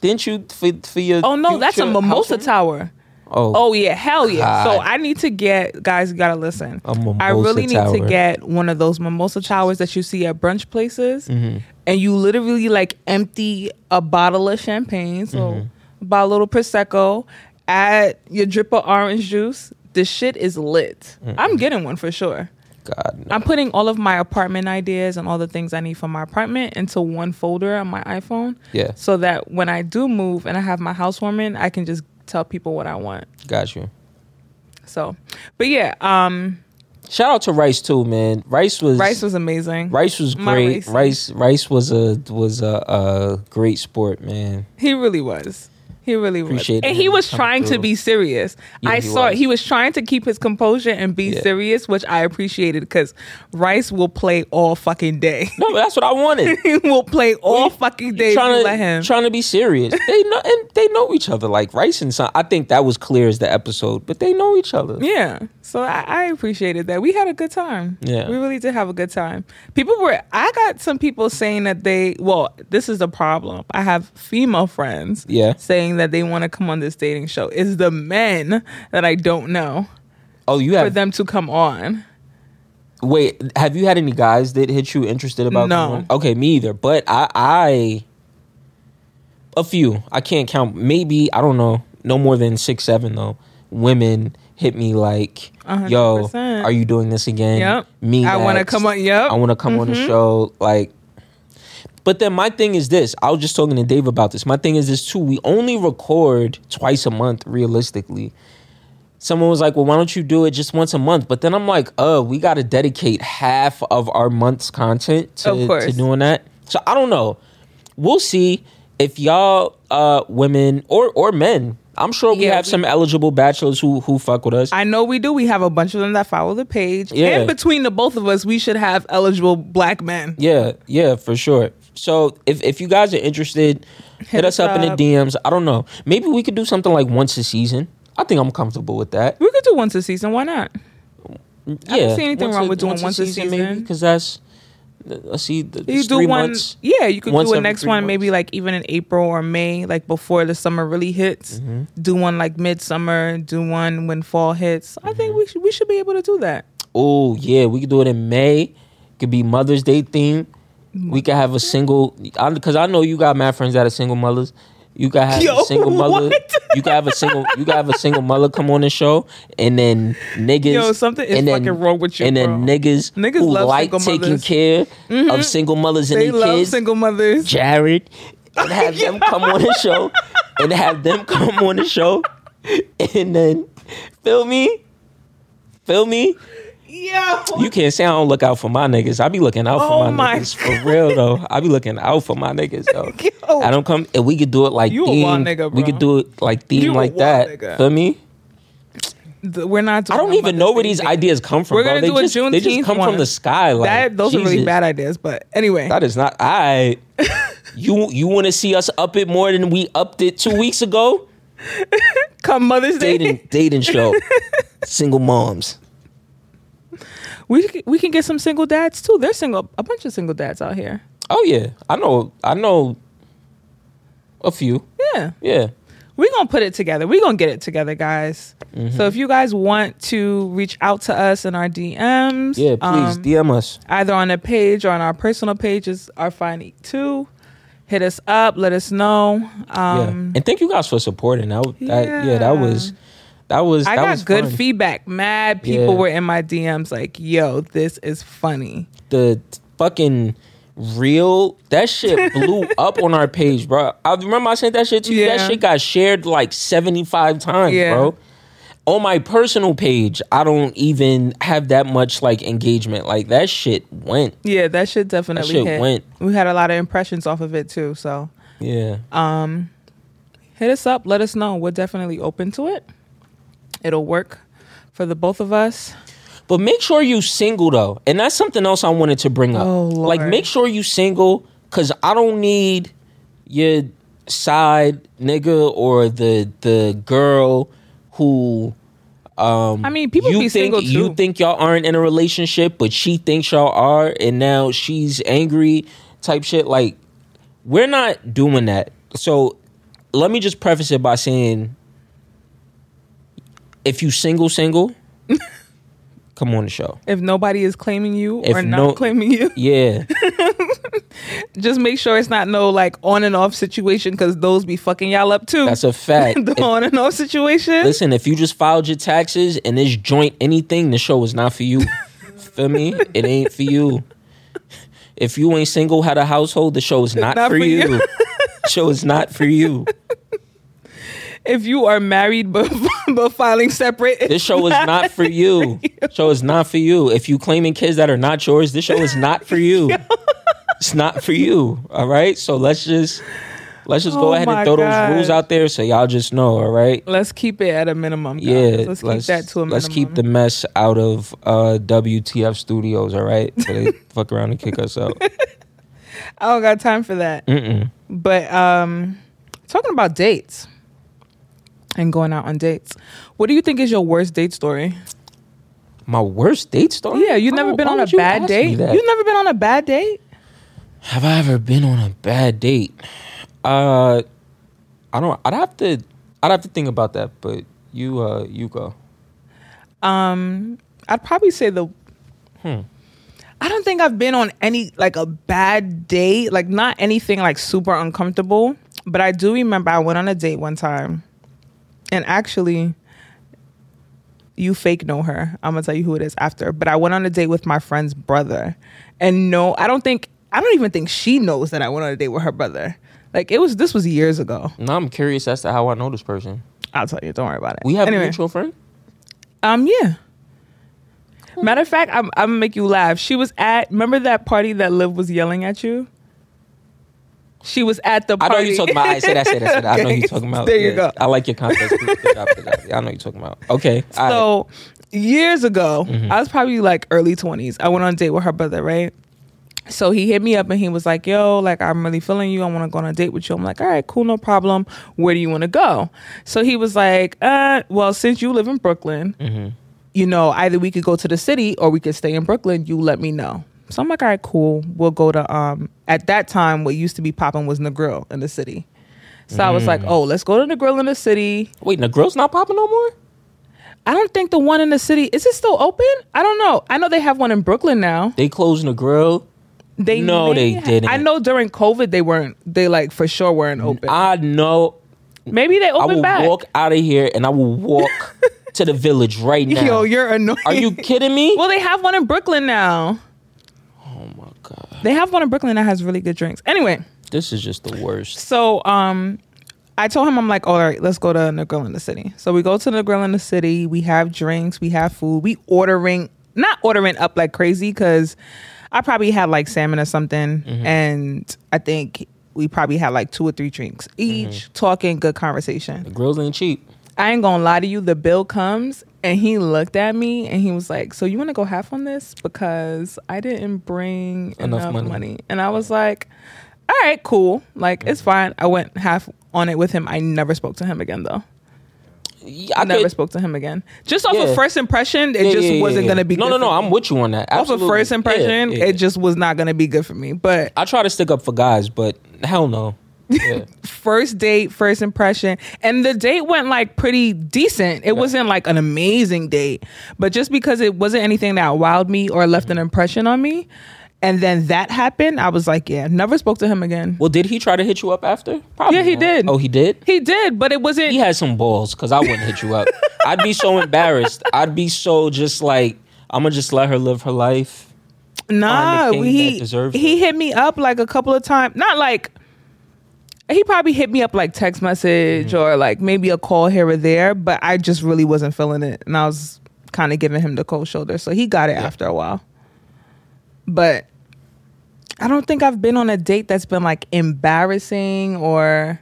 [SPEAKER 1] Didn't you for for your?
[SPEAKER 2] Oh no, that's a
[SPEAKER 1] future
[SPEAKER 2] mimosa
[SPEAKER 1] housewarming?
[SPEAKER 2] tower.
[SPEAKER 1] Oh,
[SPEAKER 2] Oh yeah, hell yeah! So
[SPEAKER 1] God.
[SPEAKER 2] I need to get guys. You gotta listen.
[SPEAKER 1] A mimosa
[SPEAKER 2] I really need
[SPEAKER 1] tower.
[SPEAKER 2] to get one of those mimosa towers that you see at brunch places,
[SPEAKER 1] Mm-hmm.
[SPEAKER 2] and you literally like empty a bottle of champagne, so
[SPEAKER 1] Mm-hmm.
[SPEAKER 2] buy a little prosecco, add your drip of orange juice. The shit is lit. I'm getting one for sure.
[SPEAKER 1] God. no.
[SPEAKER 2] I'm putting all of my apartment ideas and all the things I need for my apartment into one folder on my iPhone.
[SPEAKER 1] Yeah.
[SPEAKER 2] So that when I do move and I have my housewarming, I can just tell people what I want.
[SPEAKER 1] Got you.
[SPEAKER 2] So, but yeah, um,
[SPEAKER 1] Shout out to Rice too, man. Rice was
[SPEAKER 2] Rice was amazing.
[SPEAKER 1] Rice was
[SPEAKER 2] my
[SPEAKER 1] great.
[SPEAKER 2] race.
[SPEAKER 1] Rice Rice was a was a, a great sport, man.
[SPEAKER 2] He really was. He really
[SPEAKER 1] Appreciate
[SPEAKER 2] was. And he
[SPEAKER 1] him
[SPEAKER 2] was
[SPEAKER 1] coming
[SPEAKER 2] trying to
[SPEAKER 1] through.
[SPEAKER 2] be serious.
[SPEAKER 1] Yeah,
[SPEAKER 2] I
[SPEAKER 1] he
[SPEAKER 2] saw
[SPEAKER 1] was.
[SPEAKER 2] he was trying to keep his composure and be
[SPEAKER 1] Yeah.
[SPEAKER 2] serious, which I appreciated because Rice will play all fucking day.
[SPEAKER 1] No, but that's what I wanted.
[SPEAKER 2] he will play all
[SPEAKER 1] you-
[SPEAKER 2] fucking day if
[SPEAKER 1] trying
[SPEAKER 2] you
[SPEAKER 1] to
[SPEAKER 2] let him.
[SPEAKER 1] trying to be serious. They know and they know each other. Like Rice and Son, I think that was clear as the episode, but they know each other.
[SPEAKER 2] Yeah. So I, I appreciated that. We had a good time.
[SPEAKER 1] Yeah.
[SPEAKER 2] We really did have a good time. People were, I got some people saying that they, well, this is the problem. I have female friends
[SPEAKER 1] Yeah.
[SPEAKER 2] saying that they want to come on this dating show. It's the men that I don't know
[SPEAKER 1] Oh, you
[SPEAKER 2] for
[SPEAKER 1] have
[SPEAKER 2] them to come on.
[SPEAKER 1] wait. Have you had any guys that hit you interested about?
[SPEAKER 2] No.
[SPEAKER 1] going? Okay, me either. But I, I, a few. I can't count. Maybe I don't know. No more than six, seven though. Women hit me like,
[SPEAKER 2] A hundred
[SPEAKER 1] "Yo,
[SPEAKER 2] percent.
[SPEAKER 1] are you doing this again?"
[SPEAKER 2] Yep.
[SPEAKER 1] Me,
[SPEAKER 2] I want to
[SPEAKER 1] next.
[SPEAKER 2] come on. Mm-hmm. Yep.
[SPEAKER 1] I want to come on the show. Like, but then my thing is this. I was just talking to Dave about this. My thing is this too. We only record twice a month, realistically. Someone was like, "Well, why don't you do it just once a month?" But then I'm like, "Uh, we got to dedicate half of our month's content to,
[SPEAKER 2] Of course.
[SPEAKER 1] to doing that." So I don't know. We'll see if y'all, uh, women or or men. I'm sure we
[SPEAKER 2] Yeah,
[SPEAKER 1] have
[SPEAKER 2] we-
[SPEAKER 1] some eligible bachelors who who fuck with us.
[SPEAKER 2] I know we do. We have a bunch of them that follow the page.
[SPEAKER 1] Yeah.
[SPEAKER 2] And between the both of us, we should have eligible black men.
[SPEAKER 1] Yeah, yeah, for sure. So if if you guys are interested, hit, us
[SPEAKER 2] us
[SPEAKER 1] up, in the
[SPEAKER 2] up.
[SPEAKER 1] DMs. I don't know. Maybe we could do something like once a season. I think I'm comfortable with that.
[SPEAKER 2] We could do once a season. Why not?
[SPEAKER 1] Yeah,
[SPEAKER 2] see anything wrong with doing once a
[SPEAKER 1] maybe
[SPEAKER 2] season.
[SPEAKER 1] because that's I see the,
[SPEAKER 2] You
[SPEAKER 1] it's
[SPEAKER 2] do
[SPEAKER 1] three
[SPEAKER 2] one,
[SPEAKER 1] months.
[SPEAKER 2] yeah. You could
[SPEAKER 1] Once
[SPEAKER 2] do a
[SPEAKER 1] every
[SPEAKER 2] next
[SPEAKER 1] three
[SPEAKER 2] one, maybe like even in April or May, like before the summer really hits.
[SPEAKER 1] Mm-hmm.
[SPEAKER 2] Do one like midsummer. Do one when fall hits. I
[SPEAKER 1] Mm-hmm.
[SPEAKER 2] think we should we should be able to do that.
[SPEAKER 1] Oh yeah, we could do it in May. Could be Mother's Day theme. We could have a single because I, know you got mad friends that are single mothers. You could have
[SPEAKER 2] Yo,
[SPEAKER 1] a single mother.
[SPEAKER 2] what?
[SPEAKER 1] You could have a single. You could have a single mother come on the show, and then niggas.
[SPEAKER 2] Yo, something is
[SPEAKER 1] and
[SPEAKER 2] fucking wrong with you,
[SPEAKER 1] And then
[SPEAKER 2] bro.
[SPEAKER 1] niggas,
[SPEAKER 2] Niggas
[SPEAKER 1] who
[SPEAKER 2] love
[SPEAKER 1] like
[SPEAKER 2] single
[SPEAKER 1] taking
[SPEAKER 2] mothers. Mm-hmm.
[SPEAKER 1] care of single mothers and
[SPEAKER 2] They
[SPEAKER 1] their
[SPEAKER 2] love
[SPEAKER 1] kids.
[SPEAKER 2] single mothers.
[SPEAKER 1] Jared and have them come on the show and have them come on the show, and then feel me, feel me.
[SPEAKER 2] Yeah.
[SPEAKER 1] You can't say I don't look out for my niggas. I be looking out for my,
[SPEAKER 2] Oh my
[SPEAKER 1] niggas for real though. I be looking out for my niggas though.
[SPEAKER 2] Yo.
[SPEAKER 1] I don't come and we could do it like
[SPEAKER 2] You a
[SPEAKER 1] theme.
[SPEAKER 2] wild nigga,
[SPEAKER 1] we
[SPEAKER 2] bro.
[SPEAKER 1] could do it like theme
[SPEAKER 2] You a
[SPEAKER 1] like
[SPEAKER 2] wild
[SPEAKER 1] that.
[SPEAKER 2] nigga.
[SPEAKER 1] For me,
[SPEAKER 2] We're not.
[SPEAKER 1] I
[SPEAKER 2] doing
[SPEAKER 1] don't
[SPEAKER 2] no
[SPEAKER 1] even know where
[SPEAKER 2] Mother's
[SPEAKER 1] these
[SPEAKER 2] Day
[SPEAKER 1] ideas come from.
[SPEAKER 2] We're
[SPEAKER 1] bro.
[SPEAKER 2] gonna
[SPEAKER 1] They
[SPEAKER 2] do a
[SPEAKER 1] just, They just
[SPEAKER 2] Juneteenth
[SPEAKER 1] come from
[SPEAKER 2] one.
[SPEAKER 1] the sky. Like
[SPEAKER 2] That those are really
[SPEAKER 1] Jesus.
[SPEAKER 2] bad ideas, but anyway.
[SPEAKER 1] That is not I. you you want to see us up it more than we upped it two weeks ago?
[SPEAKER 2] Come Mother's Day,
[SPEAKER 1] Dating dating show, single moms.
[SPEAKER 2] we c- we can get some single dads too. There's single a bunch of single dads out here.
[SPEAKER 1] Oh yeah, I know. I know. A few.
[SPEAKER 2] Yeah.
[SPEAKER 1] Yeah.
[SPEAKER 2] we're gonna put it together we're gonna get it together guys
[SPEAKER 1] Mm-hmm.
[SPEAKER 2] so if you guys want to reach out to us in our dms
[SPEAKER 1] Yeah, please
[SPEAKER 2] um,
[SPEAKER 1] DM us.
[SPEAKER 2] either on the page or on our personal pages are fine too hit us up let us know um
[SPEAKER 1] yeah. And thank you guys for supporting. That, that yeah. that was that was
[SPEAKER 2] I
[SPEAKER 1] that
[SPEAKER 2] got
[SPEAKER 1] was
[SPEAKER 2] good
[SPEAKER 1] fun.
[SPEAKER 2] feedback. Mad people
[SPEAKER 1] Yeah.
[SPEAKER 2] were in my DMs like, "Yo, this is funny."
[SPEAKER 1] The fucking real that shit blew up on our page, bro. I remember I sent that shit to you.
[SPEAKER 2] Yeah.
[SPEAKER 1] That shit got shared like 75 times,
[SPEAKER 2] Yeah.
[SPEAKER 1] bro. On my personal page, I don't even have that much like engagement. Like that shit went.
[SPEAKER 2] Yeah, that shit definitely
[SPEAKER 1] shit
[SPEAKER 2] hit.
[SPEAKER 1] went.
[SPEAKER 2] We had a lot of impressions off of it too. So
[SPEAKER 1] Yeah.
[SPEAKER 2] hit us up. Let us know. We're definitely open to it. It'll work for the both of us.
[SPEAKER 1] But make sure you single though, and that's something else I wanted to bring up.
[SPEAKER 2] Oh, Lord.
[SPEAKER 1] Like make sure you single, cause I don't need your side nigga or the the girl who
[SPEAKER 2] I mean, people
[SPEAKER 1] you
[SPEAKER 2] be
[SPEAKER 1] think
[SPEAKER 2] single too.
[SPEAKER 1] you think y'all aren't in a relationship, but she thinks y'all are, and now she's angry type shit. Like we're not doing that. So let me just preface it by saying if you single single, come on the show.
[SPEAKER 2] If nobody is claiming you
[SPEAKER 1] If
[SPEAKER 2] or not
[SPEAKER 1] no-
[SPEAKER 2] claiming you,
[SPEAKER 1] Yeah,
[SPEAKER 2] just make sure it's not no like on and off situation because those be fucking y'all up too.
[SPEAKER 1] that's a fact.
[SPEAKER 2] the
[SPEAKER 1] If-
[SPEAKER 2] on and off situation.
[SPEAKER 1] listen, if you just filed your taxes and this joint anything, the show is not for you. Feel me? It ain't for you. If you ain't single, had a household, the show is not,
[SPEAKER 2] Not
[SPEAKER 1] for,
[SPEAKER 2] for
[SPEAKER 1] you.
[SPEAKER 2] you.
[SPEAKER 1] show is not for you.
[SPEAKER 2] if you are married but but filing separate,
[SPEAKER 1] This show is not for you. Show is not for you. If you claiming kids that are not yours, this show is not for you. It's not for you. All right. So let's just let's just
[SPEAKER 2] Oh
[SPEAKER 1] go ahead and
[SPEAKER 2] my
[SPEAKER 1] throw
[SPEAKER 2] gosh.
[SPEAKER 1] those rules out there so y'all just know. All right.
[SPEAKER 2] Let's keep it at a minimum. Guys.
[SPEAKER 1] Yeah,
[SPEAKER 2] let's, keep that to a minimum.
[SPEAKER 1] Let's keep the mess out of uh, WTF Studios, all right? So they fuck around and kick us out.
[SPEAKER 2] I don't got time for that.
[SPEAKER 1] Mm-mm.
[SPEAKER 2] But um, talking about dates and going out on dates, what do you think is your worst date story?
[SPEAKER 1] My worst date story?
[SPEAKER 2] Yeah, you've
[SPEAKER 1] Oh, Why-
[SPEAKER 2] never been
[SPEAKER 1] why
[SPEAKER 2] on a
[SPEAKER 1] would you ask
[SPEAKER 2] bad
[SPEAKER 1] me
[SPEAKER 2] date.
[SPEAKER 1] that?
[SPEAKER 2] You've never been on a bad date.
[SPEAKER 1] Have I ever been on a bad date? Uh, I don't. I'd have to. I'd have to think about that. But you, uh, you go.
[SPEAKER 2] Um, I'd probably say the.
[SPEAKER 1] Hmm.
[SPEAKER 2] I don't think I've been on any like a bad date, like not anything like super uncomfortable. But I do remember I went on a date one time, and actually, you fake know her. I'm gonna tell you who it is after. But I went on a date with my friend's brother, and no, I don't think I don't even think she knows that I went on a date with her brother. Like it was this was years ago.
[SPEAKER 1] Now I'm curious as to how I know this person.
[SPEAKER 2] I'll tell you. Don't worry about it.
[SPEAKER 1] We have
[SPEAKER 2] Anyway.
[SPEAKER 1] a mutual friend.
[SPEAKER 2] Um, yeah. Matter of fact, I'm, I'm gonna make you laugh. She was at remember that party that Liv was yelling at you. She was at the
[SPEAKER 1] I
[SPEAKER 2] party.
[SPEAKER 1] know you're talking about. I say that. Say that. Say that. I know you're talking about.
[SPEAKER 2] There you
[SPEAKER 1] yeah.
[SPEAKER 2] go.
[SPEAKER 1] I like your context. Good job, good job. I know you're talking about. Okay. all right. Mm-hmm.
[SPEAKER 2] So years ago, I was probably like early twenties. I went on a date with her brother, right? So he hit me up and he was like, "Yo, like I'm really feeling you. I want to go on a date with you." I'm like, "All right, cool, no problem. Where do you want to go?" So he was like, "Uh, well, since you live in Brooklyn,
[SPEAKER 1] Mm-hmm.
[SPEAKER 2] you know, either we could go to the city or we could stay in Brooklyn. You let me know." So I'm like, "All right, cool. We'll go to um." At that time, what used to be popping was Negril in the city. So I was like,
[SPEAKER 1] Mm.
[SPEAKER 2] "Oh, let's go to Negril in the city."
[SPEAKER 1] Wait, the girl's not popping no more.
[SPEAKER 2] I don't think the one in the city is it still open? I don't know. I know they have one in Brooklyn now.
[SPEAKER 1] They closing the grill.
[SPEAKER 2] They
[SPEAKER 1] No,
[SPEAKER 2] may
[SPEAKER 1] they
[SPEAKER 2] have-
[SPEAKER 1] didn't.
[SPEAKER 2] I know during COVID they weren't. They like for sure weren't open.
[SPEAKER 1] I know.
[SPEAKER 2] Maybe they
[SPEAKER 1] I
[SPEAKER 2] opened
[SPEAKER 1] will
[SPEAKER 2] back.
[SPEAKER 1] walk out of here and I will walk to the village right now.
[SPEAKER 2] Yo, you're annoying.
[SPEAKER 1] Are you kidding me?
[SPEAKER 2] well, they have one in Brooklyn now.
[SPEAKER 1] oh my god,
[SPEAKER 2] They have one in Brooklyn that has really good drinks. Anyway,
[SPEAKER 1] this is just the worst.
[SPEAKER 2] so um, I told him I'm like, all right, let's go to the grill in the city. So we go to the grill in the city. We have drinks. We have food. We ordering, not ordering up like crazy because I probably had like salmon or something, and I think we probably had like two or three drinks each, talking, good conversation.
[SPEAKER 1] The grills ain't cheap.
[SPEAKER 2] I ain't gonna lie to you. The bill comes, and he looked at me, and he was like, "So you want to go half on this? Because I didn't bring
[SPEAKER 1] Enough
[SPEAKER 2] enough,
[SPEAKER 1] money.
[SPEAKER 2] money. And I was like, "All right, cool. Like it's fine." I went half on it with him. I never spoke to him again, though.
[SPEAKER 1] I
[SPEAKER 2] I never
[SPEAKER 1] could-
[SPEAKER 2] spoke to him again. Just off
[SPEAKER 1] Yeah.
[SPEAKER 2] of first impression, it
[SPEAKER 1] yeah,
[SPEAKER 2] just
[SPEAKER 1] yeah, yeah,
[SPEAKER 2] wasn't
[SPEAKER 1] yeah.
[SPEAKER 2] gonna be.
[SPEAKER 1] No,
[SPEAKER 2] good
[SPEAKER 1] no, no.
[SPEAKER 2] for me.
[SPEAKER 1] I'm with you on that.
[SPEAKER 2] off of
[SPEAKER 1] Absolutely.
[SPEAKER 2] first impression,
[SPEAKER 1] Yeah, yeah.
[SPEAKER 2] it just was not gonna be good for me. But
[SPEAKER 1] I try to stick up for guys, but hell no. Yeah.
[SPEAKER 2] first date, first impression. And the date went like pretty decent. It wasn't like an amazing date, but just because it wasn't anything that wowed me or left an impression on me. And then that happened, I was like, yeah, never spoke to him again.
[SPEAKER 1] well, did he try to hit you up after? Probably.
[SPEAKER 2] Yeah, he
[SPEAKER 1] not.
[SPEAKER 2] did.
[SPEAKER 1] Oh, he did.
[SPEAKER 2] He did, but it wasn't.
[SPEAKER 1] He had some balls because I wouldn't hit you up. I'd be so embarrassed. I'd be so just like I'm gonna just let her live her life.
[SPEAKER 2] Nah,
[SPEAKER 1] find the king that
[SPEAKER 2] he
[SPEAKER 1] deserves
[SPEAKER 2] he hit me up like a couple of times. Not like he probably hit me up like text message
[SPEAKER 1] Mm-hmm.
[SPEAKER 2] or like maybe a call here or there, but I just really wasn't feeling it, and I was kind of giving him the cold shoulder. So he got it after a while, but I don't think I've been on a date that's been like embarrassing or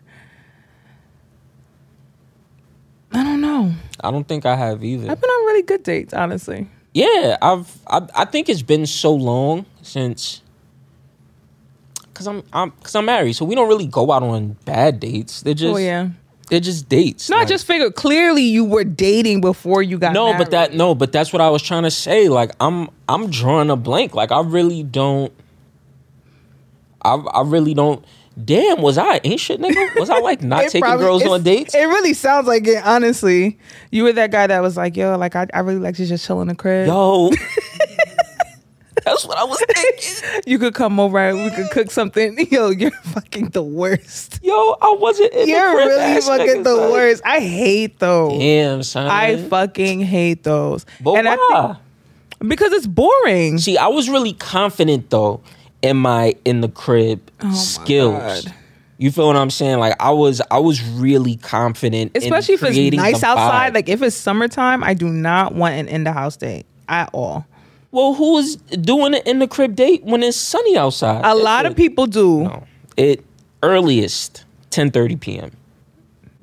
[SPEAKER 2] I don't know.
[SPEAKER 1] I don't think I have either.
[SPEAKER 2] I've been on really good dates, honestly.
[SPEAKER 1] Yeah, I've I, I think it's been so long since cuz I'm I'm cuz I'm married, so we don't really go out on bad dates. They're just
[SPEAKER 2] oh yeah.
[SPEAKER 1] they're just dates.
[SPEAKER 2] No, I
[SPEAKER 1] like-
[SPEAKER 2] just figured clearly you were dating before you got
[SPEAKER 1] No,
[SPEAKER 2] married.
[SPEAKER 1] but that no, but that's what I was trying to say. Like I'm I'm drawing a blank. Like I really don't I I really don't Damn, was I ancient nigga? Was I like not
[SPEAKER 2] It
[SPEAKER 1] taking
[SPEAKER 2] probably-
[SPEAKER 1] girls
[SPEAKER 2] it's-
[SPEAKER 1] on dates?
[SPEAKER 2] It really sounds like it, honestly. You were that guy that was like, yo, like I, I really like to just chill in the crib.
[SPEAKER 1] Yo. That's what I was thinking.
[SPEAKER 2] You could come over and we could cook something. Yo, you're fucking the worst.
[SPEAKER 1] Yo, I wasn't in the
[SPEAKER 2] You're
[SPEAKER 1] crib
[SPEAKER 2] really
[SPEAKER 1] ass
[SPEAKER 2] fucking
[SPEAKER 1] niggas,
[SPEAKER 2] the
[SPEAKER 1] like,
[SPEAKER 2] worst. I hate those.
[SPEAKER 1] Damn, son.
[SPEAKER 2] I fucking hate those.
[SPEAKER 1] but
[SPEAKER 2] and
[SPEAKER 1] why?
[SPEAKER 2] I think because it's boring.
[SPEAKER 1] See, I was really confident though in my in the crib skills.
[SPEAKER 2] Oh God.
[SPEAKER 1] You feel what I'm saying? Like I was, I was really confident. in
[SPEAKER 2] Especially if it's
[SPEAKER 1] creating
[SPEAKER 2] nice
[SPEAKER 1] the
[SPEAKER 2] outside.
[SPEAKER 1] vibe.
[SPEAKER 2] Like if it's summertime, I do not want an in the house date at all.
[SPEAKER 1] well, who is doing it in the crib date when it's sunny outside?
[SPEAKER 2] A lot of people do.
[SPEAKER 1] people. It earliest 10:30 p.m.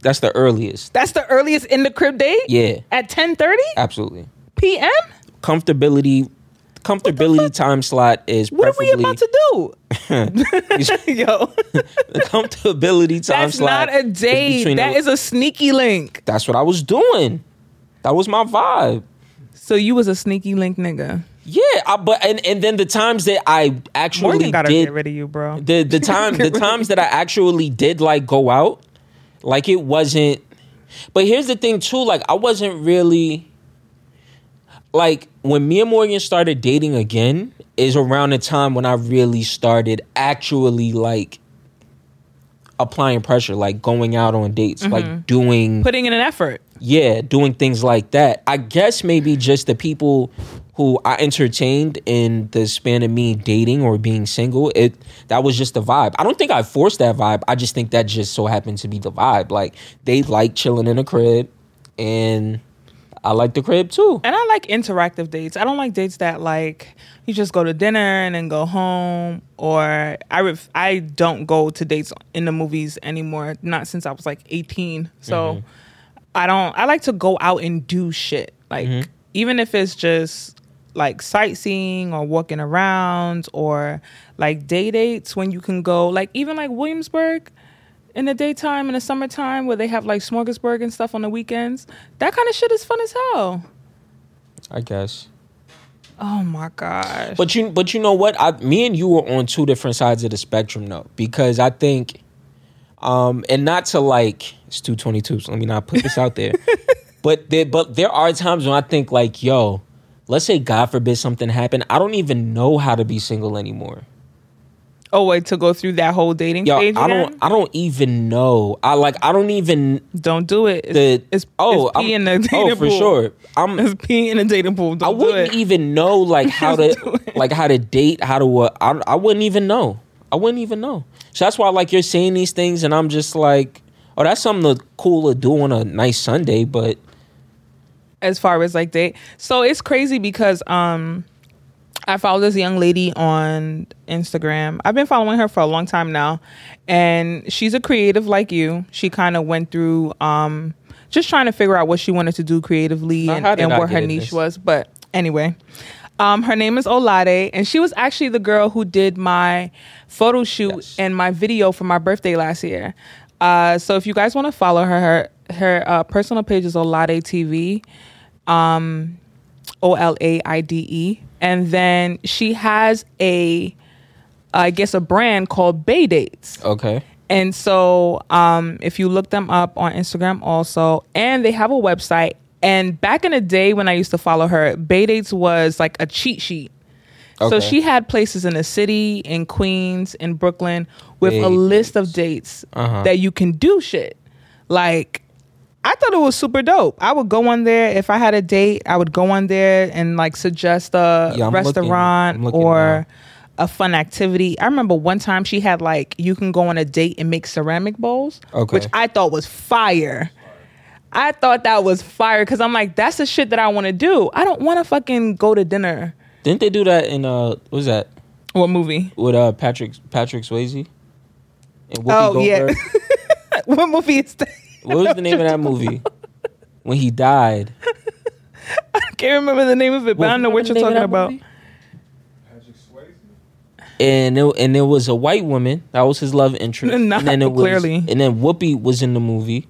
[SPEAKER 1] That's the earliest.
[SPEAKER 2] That's the earliest in the crib date?
[SPEAKER 1] Yeah,
[SPEAKER 2] At 10:30
[SPEAKER 1] absolutely.
[SPEAKER 2] p.m.?
[SPEAKER 1] Comfortability, comfortability time slot is
[SPEAKER 2] What
[SPEAKER 1] preferably
[SPEAKER 2] are we about to do? Yo.
[SPEAKER 1] comfortability time
[SPEAKER 2] That's
[SPEAKER 1] slot.
[SPEAKER 2] not a
[SPEAKER 1] is
[SPEAKER 2] date.
[SPEAKER 1] between
[SPEAKER 2] That
[SPEAKER 1] the-
[SPEAKER 2] is a sneaky link.
[SPEAKER 1] that's what I was doing. That was my vibe.
[SPEAKER 2] So you was a sneaky link nigga.
[SPEAKER 1] Yeah, I, but and, and then the times that I actually
[SPEAKER 2] Morgan got to
[SPEAKER 1] did
[SPEAKER 2] get rid of you, bro.
[SPEAKER 1] the the time the times that I actually did like go out, like it wasn't. But here's the thing too, like I wasn't really like when me and Morgan started dating again is around the time when I really started actually like applying pressure, like going out on dates,
[SPEAKER 2] Mm-hmm.
[SPEAKER 1] like doing
[SPEAKER 2] Putting in an effort.
[SPEAKER 1] yeah, doing things like that. I guess maybe just the people who I entertained in the span of me dating or being single, it that was just the vibe. I don't think I forced that vibe. I just think that just so happened to be the vibe. Like they like chilling in a crib and I like the crib too.
[SPEAKER 2] And I like interactive dates. I don't like dates that like you just go to dinner and then go home. Or I ref- I don't go to dates in the movies anymore. Not since I was like eighteen. So I don't. I like to go out and do shit. Like even if it's just like sightseeing or walking around or like day dates when you can go. Like even like Williamsburg in the daytime in the summertime where they have like smorgasburg and stuff on the weekends. That kind of shit is fun as hell.
[SPEAKER 1] I guess.
[SPEAKER 2] Oh my gosh.
[SPEAKER 1] But you but you know what? I me and you were on two different sides of the spectrum though, because I think um and not to like it's two twenty two, so let me not put this out there. but there but there are times when I think like, yo, let's say God forbid something happened. I don't even know how to be single anymore.
[SPEAKER 2] oh wait, to go through that whole dating
[SPEAKER 1] Yo,
[SPEAKER 2] stage.
[SPEAKER 1] I
[SPEAKER 2] again?
[SPEAKER 1] don't I don't even know. I like I don't even
[SPEAKER 2] Don't do it. It's,
[SPEAKER 1] the
[SPEAKER 2] it's
[SPEAKER 1] oh
[SPEAKER 2] it's pee
[SPEAKER 1] I'm-
[SPEAKER 2] in the dating
[SPEAKER 1] oh for
[SPEAKER 2] pool.
[SPEAKER 1] sure. I'm
[SPEAKER 2] It's pee in the dating pool.
[SPEAKER 1] I
[SPEAKER 2] Don't do
[SPEAKER 1] wouldn't
[SPEAKER 2] it.
[SPEAKER 1] even know like how
[SPEAKER 2] do
[SPEAKER 1] to
[SPEAKER 2] it.
[SPEAKER 1] like how to date, how to what. I I wouldn't even know. I wouldn't even know. So that's why like you're saying these things, and I'm just like, oh, that's something to cool to do on a nice Sunday, but
[SPEAKER 2] as far as like date. So it's crazy because um I follow this young lady on Instagram. I've been following her for a long time now, and she's a creative like you. She kind of went through um just trying to figure out what she wanted to do creatively
[SPEAKER 1] Now,
[SPEAKER 2] and,
[SPEAKER 1] how did
[SPEAKER 2] and
[SPEAKER 1] I
[SPEAKER 2] what
[SPEAKER 1] get
[SPEAKER 2] her
[SPEAKER 1] in
[SPEAKER 2] niche
[SPEAKER 1] this?
[SPEAKER 2] was. But anyway, um, her name is Olade, and she was actually the girl who did my photo shoot
[SPEAKER 1] Yes.
[SPEAKER 2] and my video for my birthday last year. Uh, so if you guys want to follow her, her her uh, personal page is Olade TV. O L A I D E. And then she has a, I guess, a brand called Bay Dates.
[SPEAKER 1] okay,
[SPEAKER 2] And so um, if you look them up on Instagram also, and they have a website. And back in the day when I used to follow her, Bay Dates was like a cheat sheet. So
[SPEAKER 1] Okay.
[SPEAKER 2] she had places in the city, in Queens, in Brooklyn, with
[SPEAKER 1] Bay Uh-huh.
[SPEAKER 2] a list of dates that you can do shit. Like, I thought it was super dope. I would go on there if I had a date. I would go on there and like suggest a
[SPEAKER 1] Yeah, I'm looking-
[SPEAKER 2] restaurant
[SPEAKER 1] I'm looking
[SPEAKER 2] or a fun activity. I remember one time she had like you can go on a date and make ceramic bowls,
[SPEAKER 1] Okay.
[SPEAKER 2] which I thought was fire. I thought that was fire because I'm like, that's the shit that I want to do. I don't want to fucking go to dinner.
[SPEAKER 1] didn't they do that in uh, what was that
[SPEAKER 2] What movie?
[SPEAKER 1] with uh Patrick Patrick Swayze and Whoopi
[SPEAKER 2] Oh, yeah.
[SPEAKER 1] Goldberg?
[SPEAKER 2] what movie is that?
[SPEAKER 1] What was the name of that movie when he died?
[SPEAKER 2] I can't remember the name of it, but I don't know what you're talking about.
[SPEAKER 3] Patrick Swayze?
[SPEAKER 1] and it, and there was a white woman that was his love interest.
[SPEAKER 2] No,
[SPEAKER 1] and then it was,
[SPEAKER 2] clearly.
[SPEAKER 1] and then Whoopi was in the movie,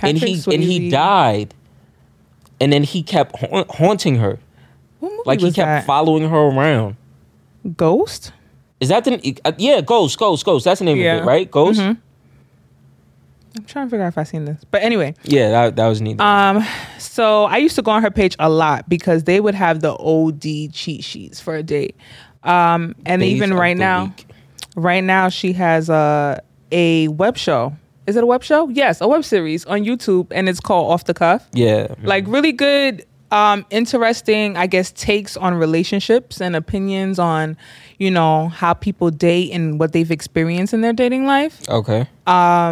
[SPEAKER 1] and he
[SPEAKER 2] Patrick
[SPEAKER 1] and he
[SPEAKER 2] Swayze.
[SPEAKER 1] died, and then he kept haun- haunting her,
[SPEAKER 2] What movie
[SPEAKER 1] like he
[SPEAKER 2] was
[SPEAKER 1] kept
[SPEAKER 2] that?
[SPEAKER 1] following her around.
[SPEAKER 2] Ghost.
[SPEAKER 1] Is that the uh, yeah Ghost Ghost Ghost? That's the name
[SPEAKER 2] Yeah. Mm-hmm.
[SPEAKER 1] of it, right? Ghost.
[SPEAKER 2] I'm trying to figure out if I've seen this. But anyway,
[SPEAKER 1] Yeah, that, that was neat.
[SPEAKER 2] um, so I used to go on her page a lot because they would have the OD cheat sheets for a date. Um, and
[SPEAKER 1] Days
[SPEAKER 2] even
[SPEAKER 1] of
[SPEAKER 2] right
[SPEAKER 1] the
[SPEAKER 2] now,
[SPEAKER 1] week.
[SPEAKER 2] right now she has a a web show. Is it a web show? Yes, a web series on YouTube, and it's called Off the Cuff.
[SPEAKER 1] Yeah,
[SPEAKER 2] like really good um interesting i guess takes on relationships and opinions on you know how people date and what they've experienced in their dating life
[SPEAKER 1] okay.
[SPEAKER 2] i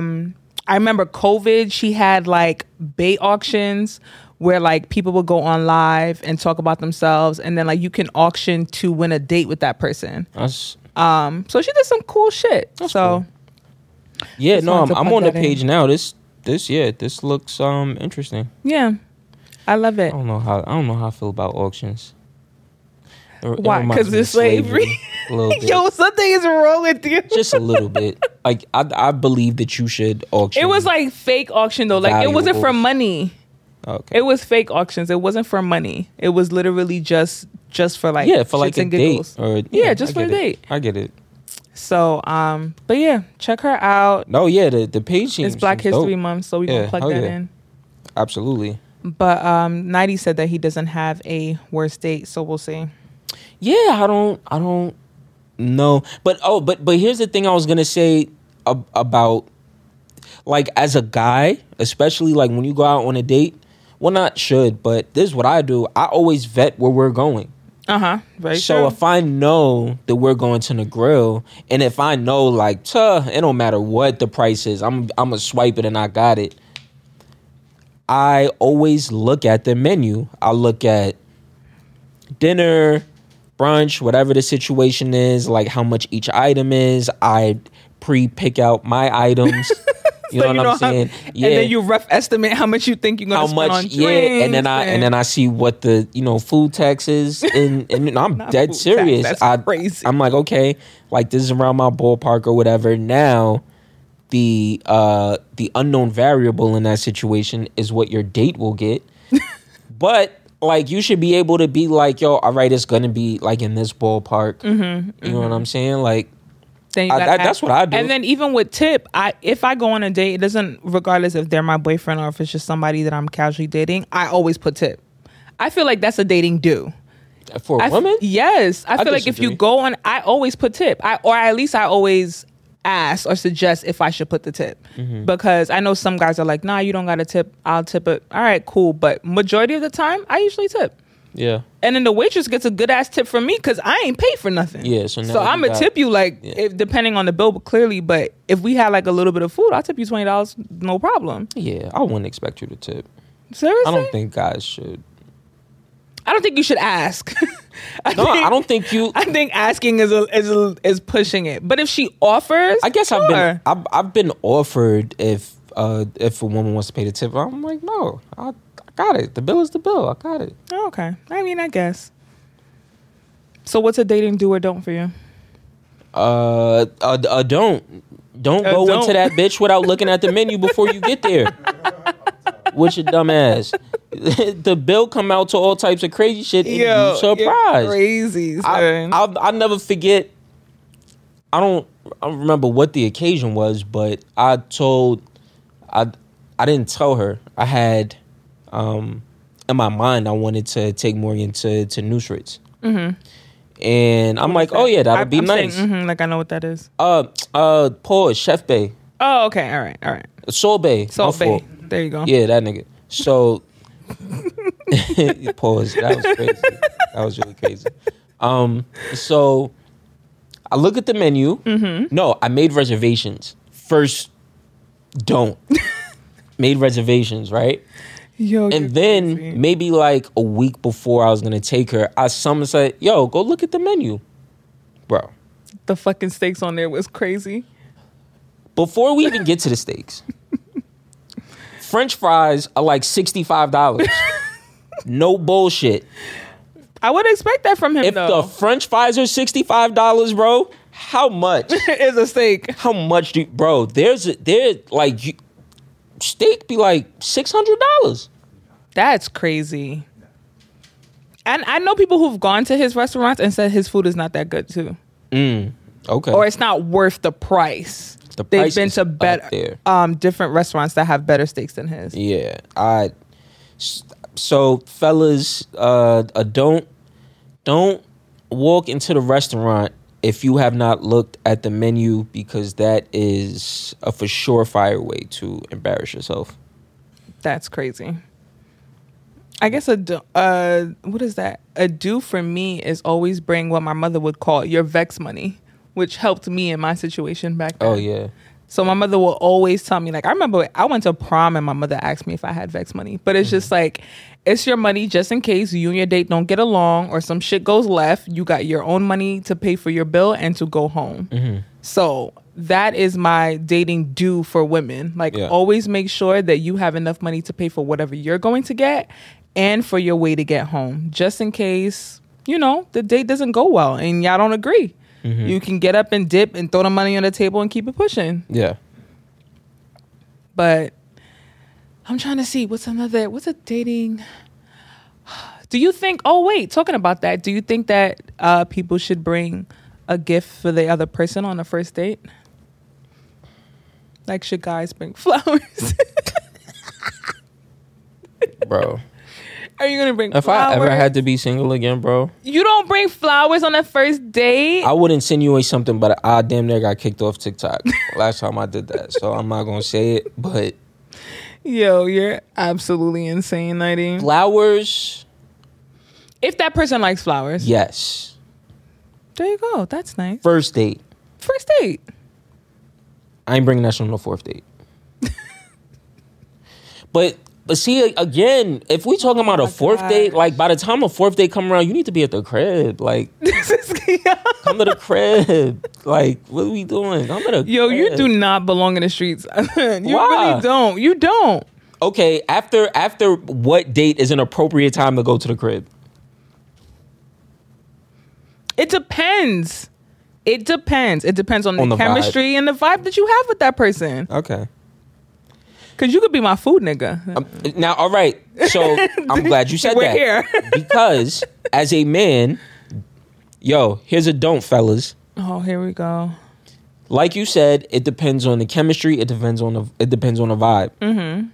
[SPEAKER 2] remember covid she had like bait auctions where like people would go on live and talk about themselves and then like you can auction to win a date with that person
[SPEAKER 1] That's
[SPEAKER 2] um so she did some cool shit so
[SPEAKER 1] yeah.
[SPEAKER 2] Just
[SPEAKER 1] No, I'm,
[SPEAKER 2] wanted to
[SPEAKER 1] I'm
[SPEAKER 2] plug
[SPEAKER 1] on the
[SPEAKER 2] that in.
[SPEAKER 1] page now. This this yeah. This looks um interesting.
[SPEAKER 2] yeah i love it
[SPEAKER 1] I don't know how I don't know how I feel about auctions. It- it
[SPEAKER 2] Why?
[SPEAKER 1] reminds
[SPEAKER 2] 'Cause
[SPEAKER 1] me of
[SPEAKER 2] it's slavery?
[SPEAKER 1] a little bit.
[SPEAKER 2] yo something is wrong with you
[SPEAKER 1] just a little bit. Like I, I believe that you should auction.
[SPEAKER 2] it was like fake auction though like it wasn't for
[SPEAKER 1] Valuables.
[SPEAKER 2] money
[SPEAKER 1] okay,
[SPEAKER 2] It was fake auctions. It wasn't for money. It was literally just just for like
[SPEAKER 1] yeah, for like
[SPEAKER 2] shits
[SPEAKER 1] a
[SPEAKER 2] and
[SPEAKER 1] date
[SPEAKER 2] giggles.
[SPEAKER 1] or
[SPEAKER 2] Yeah, just
[SPEAKER 1] I
[SPEAKER 2] for a
[SPEAKER 1] get it.
[SPEAKER 2] date.
[SPEAKER 1] I get it.
[SPEAKER 2] So um, but yeah, check her out.
[SPEAKER 1] No, yeah, the the page seems
[SPEAKER 2] It's Black
[SPEAKER 1] seems
[SPEAKER 2] History
[SPEAKER 1] dope.
[SPEAKER 2] Month, so we
[SPEAKER 1] Yeah,
[SPEAKER 2] gonna plug
[SPEAKER 1] hell
[SPEAKER 2] that
[SPEAKER 1] yeah.
[SPEAKER 2] in.
[SPEAKER 1] Absolutely.
[SPEAKER 2] But um, Nighty said that he doesn't have a worst date, so we'll see.
[SPEAKER 1] Yeah, I don't, I don't know. But oh, but but here's the thing I was gonna say ab- about like as a guy, especially like when you go out on a date. Well, not should, but this is what I do. I always vet where we're going.
[SPEAKER 2] Uh huh. Very
[SPEAKER 1] so
[SPEAKER 2] true.
[SPEAKER 1] if I know that we're going to the grill, and if I know like, tuh, it don't matter what the price is, I'm I'm gonna swipe it and I got it. I always look at the menu. I look at dinner, brunch, whatever the situation is, like how much each item is. I pre-pick out my items. You
[SPEAKER 2] So
[SPEAKER 1] know what I'm
[SPEAKER 2] how-
[SPEAKER 1] saying?
[SPEAKER 2] And then you rough estimate how much you think you're gonna
[SPEAKER 1] how
[SPEAKER 2] spend on
[SPEAKER 1] much yeah and then
[SPEAKER 2] drinks
[SPEAKER 1] i and then i see what the you know food tax is and and you know, i'm
[SPEAKER 2] Not
[SPEAKER 1] dead
[SPEAKER 2] food tax,
[SPEAKER 1] serious
[SPEAKER 2] that's
[SPEAKER 1] I,
[SPEAKER 2] crazy.
[SPEAKER 1] i'm like okay like this is around my ballpark or whatever now the uh the unknown variable in that situation is what your date will get but like you should be able to be like yo all right it's gonna be like in this ballpark
[SPEAKER 2] Mm-hmm,
[SPEAKER 1] you know what i'm saying like
[SPEAKER 2] Then you
[SPEAKER 1] I-
[SPEAKER 2] gotta
[SPEAKER 1] that- that's
[SPEAKER 2] ask-
[SPEAKER 1] what I do.
[SPEAKER 2] And then even with tip, I if I go on a date, it doesn't regardless if they're my boyfriend or if it's just somebody that I'm casually dating. I always put tip. I feel like that's a dating do.
[SPEAKER 1] for a
[SPEAKER 2] I f-
[SPEAKER 1] woman
[SPEAKER 2] yes, I feel like if you
[SPEAKER 1] disagree.
[SPEAKER 2] go on, I always put tip. I or at least I always ask or suggest if I should put the tip
[SPEAKER 1] Mm-hmm.
[SPEAKER 2] because I know some guys are like, nah, you don't got to tip. I'll tip it. All right, cool. But majority of the time, I usually tip.
[SPEAKER 1] yeah
[SPEAKER 2] And then the waitress gets a good ass tip from me because I ain't paid for nothing.
[SPEAKER 1] Yeah, so now
[SPEAKER 2] so
[SPEAKER 1] you
[SPEAKER 2] I'm gonna
[SPEAKER 1] got-
[SPEAKER 2] tip you like if, depending on the bill, but clearly. But if we had like a little bit of food, I'll tip you twenty dollars, no problem.
[SPEAKER 1] yeah i wouldn't expect you to tip
[SPEAKER 2] Seriously,
[SPEAKER 1] i don't think guys should
[SPEAKER 2] I don't think you should ask. I
[SPEAKER 1] no
[SPEAKER 2] think,
[SPEAKER 1] i don't think you
[SPEAKER 2] I think asking is a, is a, is pushing it. But if she offers,
[SPEAKER 1] I guess I've
[SPEAKER 2] sure.
[SPEAKER 1] been I've, I've been offered if uh if a woman wants to pay the tip, I'm like no, I, I got it. The bill is the bill. I got it.
[SPEAKER 2] Oh, okay, I mean, I guess. So what's a dating do or don't for you?
[SPEAKER 1] Uh, uh, uh don't don't
[SPEAKER 2] Uh,
[SPEAKER 1] go
[SPEAKER 2] don't.
[SPEAKER 1] into that bitch without looking at the menu before you get there. With your dumb ass, the bill come out to all types of crazy shit. And you surprised.
[SPEAKER 2] crazy.
[SPEAKER 1] I, I'll, I'll never forget. I don't. I don't remember what the occasion was, but I told. I I didn't tell her. I had, um, in my mind, I wanted to take Morgan to to Newsritz. Mm-hmm. And I'm mm-hmm. like, oh yeah, that'll be
[SPEAKER 2] am
[SPEAKER 1] nice.
[SPEAKER 2] hmm like I know what that is.
[SPEAKER 1] Uh, uh, Paul Chef Bay,
[SPEAKER 2] Oh, okay, all right, all right.
[SPEAKER 1] Soul Bay, my
[SPEAKER 2] So
[SPEAKER 1] fault.
[SPEAKER 2] There you go.
[SPEAKER 1] Yeah, that nigga. So pause. That was crazy. That was really crazy. Um, so I look at the menu.
[SPEAKER 2] Mm-hmm.
[SPEAKER 1] No, I made reservations. First, don't. made reservations, right?
[SPEAKER 2] Yo,
[SPEAKER 1] And
[SPEAKER 2] you're
[SPEAKER 1] then
[SPEAKER 2] crazy.
[SPEAKER 1] maybe like a week before I was gonna take her, I summoned said, yo, go look at the menu. Bro.
[SPEAKER 2] the fucking steaks on there was crazy.
[SPEAKER 1] Before we even get to the steaks, French fries are like $65. no bullshit.
[SPEAKER 2] I would expect that from him
[SPEAKER 1] If the
[SPEAKER 2] though.
[SPEAKER 1] French fries are $65, bro, how much?
[SPEAKER 2] is a steak.
[SPEAKER 1] How much do bro? There's a, there like you, steak be like six hundred dollars.
[SPEAKER 2] That's crazy. And I know people who've gone to his restaurants and said his food is not that good too.
[SPEAKER 1] Okay.
[SPEAKER 2] or it's not worth the price.
[SPEAKER 1] The
[SPEAKER 2] They've
[SPEAKER 1] price
[SPEAKER 2] been
[SPEAKER 1] is
[SPEAKER 2] to
[SPEAKER 1] up
[SPEAKER 2] better
[SPEAKER 1] there.
[SPEAKER 2] um different restaurants that have better steaks than his.
[SPEAKER 1] Yeah. I s- so fellas, uh, uh don't don't walk into the restaurant if you have not looked at the menu because that is a for sure fire way to embarrass yourself.
[SPEAKER 2] That's crazy. I guess a do- uh what is that? A do for me is always bring what my mother would call your vex money, which helped me in my situation back then.
[SPEAKER 1] Oh yeah.
[SPEAKER 2] So my mother will always tell me, like, I remember I went to prom and my mother asked me if I had Vex money. But it's just like, it's your money just in case you and your date don't get along or some shit goes left. You got your own money to pay for your bill and to go home. So that is my dating do for women. Like,
[SPEAKER 1] Yeah.
[SPEAKER 2] always make sure that you have enough money to pay for whatever you're going to get and for your way to get home, just in case, you know, the date doesn't go well and y'all don't agree. You can get up and dip and throw the money on the table and keep it pushing
[SPEAKER 1] Yeah.
[SPEAKER 2] but I'm trying to see what's another what's a dating do you think oh wait talking about that do you think that uh people should bring a gift for the other person on a first date like should guys bring flowers
[SPEAKER 1] Bro.
[SPEAKER 2] are you gonna bring
[SPEAKER 1] If
[SPEAKER 2] flowers
[SPEAKER 1] I ever had to be single again, bro,
[SPEAKER 2] you don't bring flowers on a first date
[SPEAKER 1] I would insinuate something, but I damn near got kicked off TikTok last time I did that. So I'm not gonna say it. But
[SPEAKER 2] yo you're absolutely insane 90
[SPEAKER 1] flowers,
[SPEAKER 2] if that person likes flowers
[SPEAKER 1] yes.
[SPEAKER 2] there you go that's nice
[SPEAKER 1] First date,
[SPEAKER 2] first date
[SPEAKER 1] I ain't bringing that shit on the fourth date. but but see again, if we talking about a fourth
[SPEAKER 2] Oh gosh.
[SPEAKER 1] date, like by the time a fourth date come around, you need to be at the crib. Like
[SPEAKER 2] this is
[SPEAKER 1] come to the crib. Like what are we doing? Come to the
[SPEAKER 2] Yo, you
[SPEAKER 1] crib.
[SPEAKER 2] do not belong in the streets. you
[SPEAKER 1] Why?
[SPEAKER 2] really don't. You don't.
[SPEAKER 1] okay. After after what date is an appropriate time to go to the crib?
[SPEAKER 2] It depends. It depends. It depends on,
[SPEAKER 1] On
[SPEAKER 2] the,
[SPEAKER 1] the vibe.
[SPEAKER 2] chemistry and the vibe that you have with that person.
[SPEAKER 1] Okay.
[SPEAKER 2] Cause you could be my food nigga.
[SPEAKER 1] Um, now, all right. So I'm glad you said
[SPEAKER 2] We're
[SPEAKER 1] that
[SPEAKER 2] here.
[SPEAKER 1] because as a man, yo, here's a don't, fellas.
[SPEAKER 2] oh, here we go.
[SPEAKER 1] Like you said, it depends on the chemistry. It depends on the. It depends on the vibe. Mm-hmm.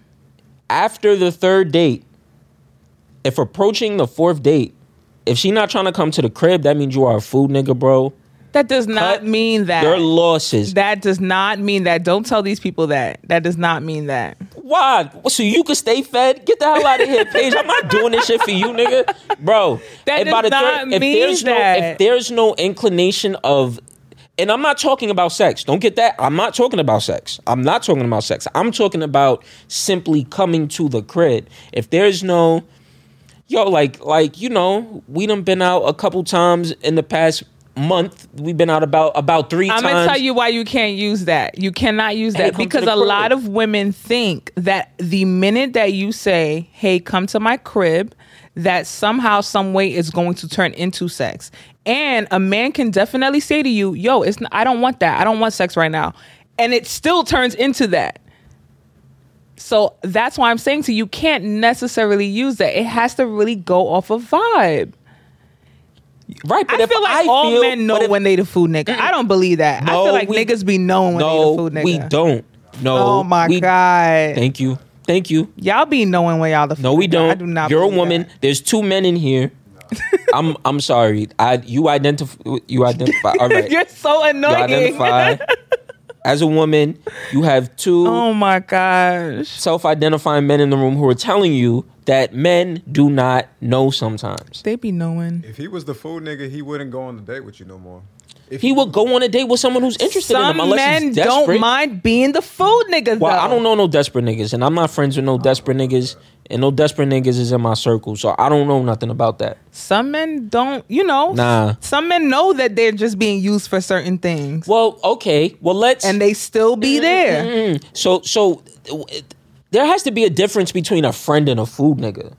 [SPEAKER 1] After the third date, if approaching the fourth date, if she not trying to come to the crib, that means you are a food nigga, bro.
[SPEAKER 2] That does not
[SPEAKER 1] Cut
[SPEAKER 2] mean that.
[SPEAKER 1] Your losses.
[SPEAKER 2] that does not mean that. Don't tell these people that. That does not mean that.
[SPEAKER 1] Why? So you can stay fed? Get the hell out of here, Paige. I'm not doing this shit for you, nigga, bro.
[SPEAKER 2] That
[SPEAKER 1] and
[SPEAKER 2] does
[SPEAKER 1] by the
[SPEAKER 2] not
[SPEAKER 1] if
[SPEAKER 2] mean
[SPEAKER 1] there's no
[SPEAKER 2] that.
[SPEAKER 1] if there's no inclination of, and I'm not talking about sex. Don't get that. I'm not talking about sex. I'm not talking about sex. I'm talking about simply coming to the crib. If there's no, yo, like like you know, we done been out a couple times in the past month. We've been out about about 3 times.
[SPEAKER 2] I'm gonna tell you why you can't use that. You cannot use
[SPEAKER 1] Hey,
[SPEAKER 2] that
[SPEAKER 1] come to
[SPEAKER 2] because a
[SPEAKER 1] the crib.
[SPEAKER 2] lot of women think that the minute that you say, "Hey, come to my crib," that somehow, some way, is going to turn into sex. And a man can definitely say to you, "Yo, it's n- I don't want that. I don't want sex right now," and it still turns into that. So that's why I'm saying to you, you can't necessarily use that. It has to really go off of vibe.
[SPEAKER 1] right, but
[SPEAKER 2] I
[SPEAKER 1] if
[SPEAKER 2] feel like all
[SPEAKER 1] feel-
[SPEAKER 2] men know
[SPEAKER 1] but if-
[SPEAKER 2] when they the food nigga. I don't believe that. I
[SPEAKER 1] No,
[SPEAKER 2] feel like
[SPEAKER 1] we-
[SPEAKER 2] niggas be knowing when
[SPEAKER 1] No,
[SPEAKER 2] they the food nigga.
[SPEAKER 1] we don't. No,
[SPEAKER 2] Oh my
[SPEAKER 1] we-
[SPEAKER 2] god.
[SPEAKER 1] Thank you. Thank you.
[SPEAKER 2] Y'all be knowing when y'all the food
[SPEAKER 1] No, we
[SPEAKER 2] nigga.
[SPEAKER 1] don't.
[SPEAKER 2] I do not.
[SPEAKER 1] You're a
[SPEAKER 2] believe
[SPEAKER 1] woman.
[SPEAKER 2] that.
[SPEAKER 1] There's two men in here. I'm I'm sorry. I you identify you identify all right. you
[SPEAKER 2] You're so annoying.
[SPEAKER 1] identify as a woman. You have two
[SPEAKER 2] oh my gosh.
[SPEAKER 1] self-identifying men in the room who are telling you that men do not know sometimes.
[SPEAKER 2] They be knowing.
[SPEAKER 3] If he was the food nigga, he wouldn't go on the date with you no more. If
[SPEAKER 1] He will go on a date with someone who's interested in
[SPEAKER 2] Some
[SPEAKER 1] him unless
[SPEAKER 2] men
[SPEAKER 1] he's desperate.
[SPEAKER 2] don't mind being the food nigga
[SPEAKER 1] Well,
[SPEAKER 2] though.
[SPEAKER 1] I don't know no desperate niggas, and I'm not friends with no desperate niggas, and no desperate niggas is in my circle, so I don't know nothing about that.
[SPEAKER 2] Some men don't, you know.
[SPEAKER 1] Nah.
[SPEAKER 2] Some men know that they're just being used for certain things.
[SPEAKER 1] Well, okay. Well, let's.
[SPEAKER 2] and they still be there.
[SPEAKER 1] Mm, so so it- there has to be a difference between a friend and a food nigga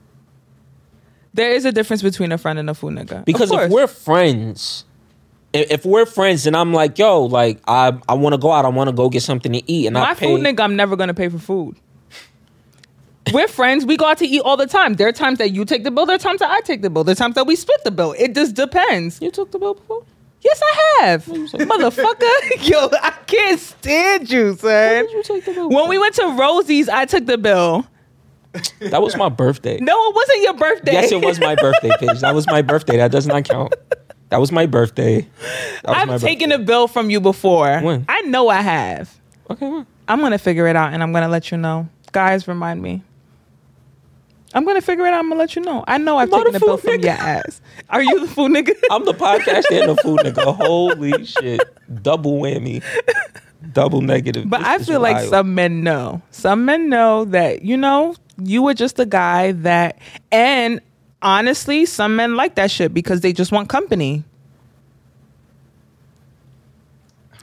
[SPEAKER 2] There is a difference between a friend and a food nigga. Of
[SPEAKER 1] because if
[SPEAKER 2] course.
[SPEAKER 1] we're friends i- if we're friends and I'm like yo like I I want to go out I want to go get something to eat and
[SPEAKER 2] My
[SPEAKER 1] I pay
[SPEAKER 2] food nigga, I'm never gonna pay for food. We're friends. We go out to eat all the time. There are times that you take the bill. There are times that I take the bill. There are times that we split the bill. It just depends.
[SPEAKER 1] you took the bill before
[SPEAKER 2] Yes, I have.
[SPEAKER 1] you say-
[SPEAKER 2] Motherfucker. Yo, I can't stand you, son.
[SPEAKER 1] Did you take the bill?
[SPEAKER 2] When we went to Rosie's, I took the bill.
[SPEAKER 1] that was my birthday.
[SPEAKER 2] No, it wasn't your birthday.
[SPEAKER 1] Yes, it was my birthday, Paige. That was my birthday. That does not count. That was my birthday. That was my
[SPEAKER 2] I've taken a bill from you before.
[SPEAKER 1] When?
[SPEAKER 2] I know I have.
[SPEAKER 1] birthday. Okay, well,
[SPEAKER 2] I'm gonna figure it out and I'm gonna let you know. Guys, remind me. I'm gonna figure it out. I'm gonna let you know. I know I've
[SPEAKER 1] not
[SPEAKER 2] taken
[SPEAKER 1] a
[SPEAKER 2] a bill
[SPEAKER 1] fool,
[SPEAKER 2] from
[SPEAKER 1] nigga.
[SPEAKER 2] your ass. Are you the fool nigga?
[SPEAKER 1] I'm the podcast and the food nigga. Holy shit. Double whammy. Double negative.
[SPEAKER 2] But
[SPEAKER 1] This
[SPEAKER 2] I
[SPEAKER 1] is
[SPEAKER 2] feel like
[SPEAKER 1] wild.
[SPEAKER 2] some men know. Some men know that, you know, you were just a guy that, and honestly, some men like that shit because they just want company.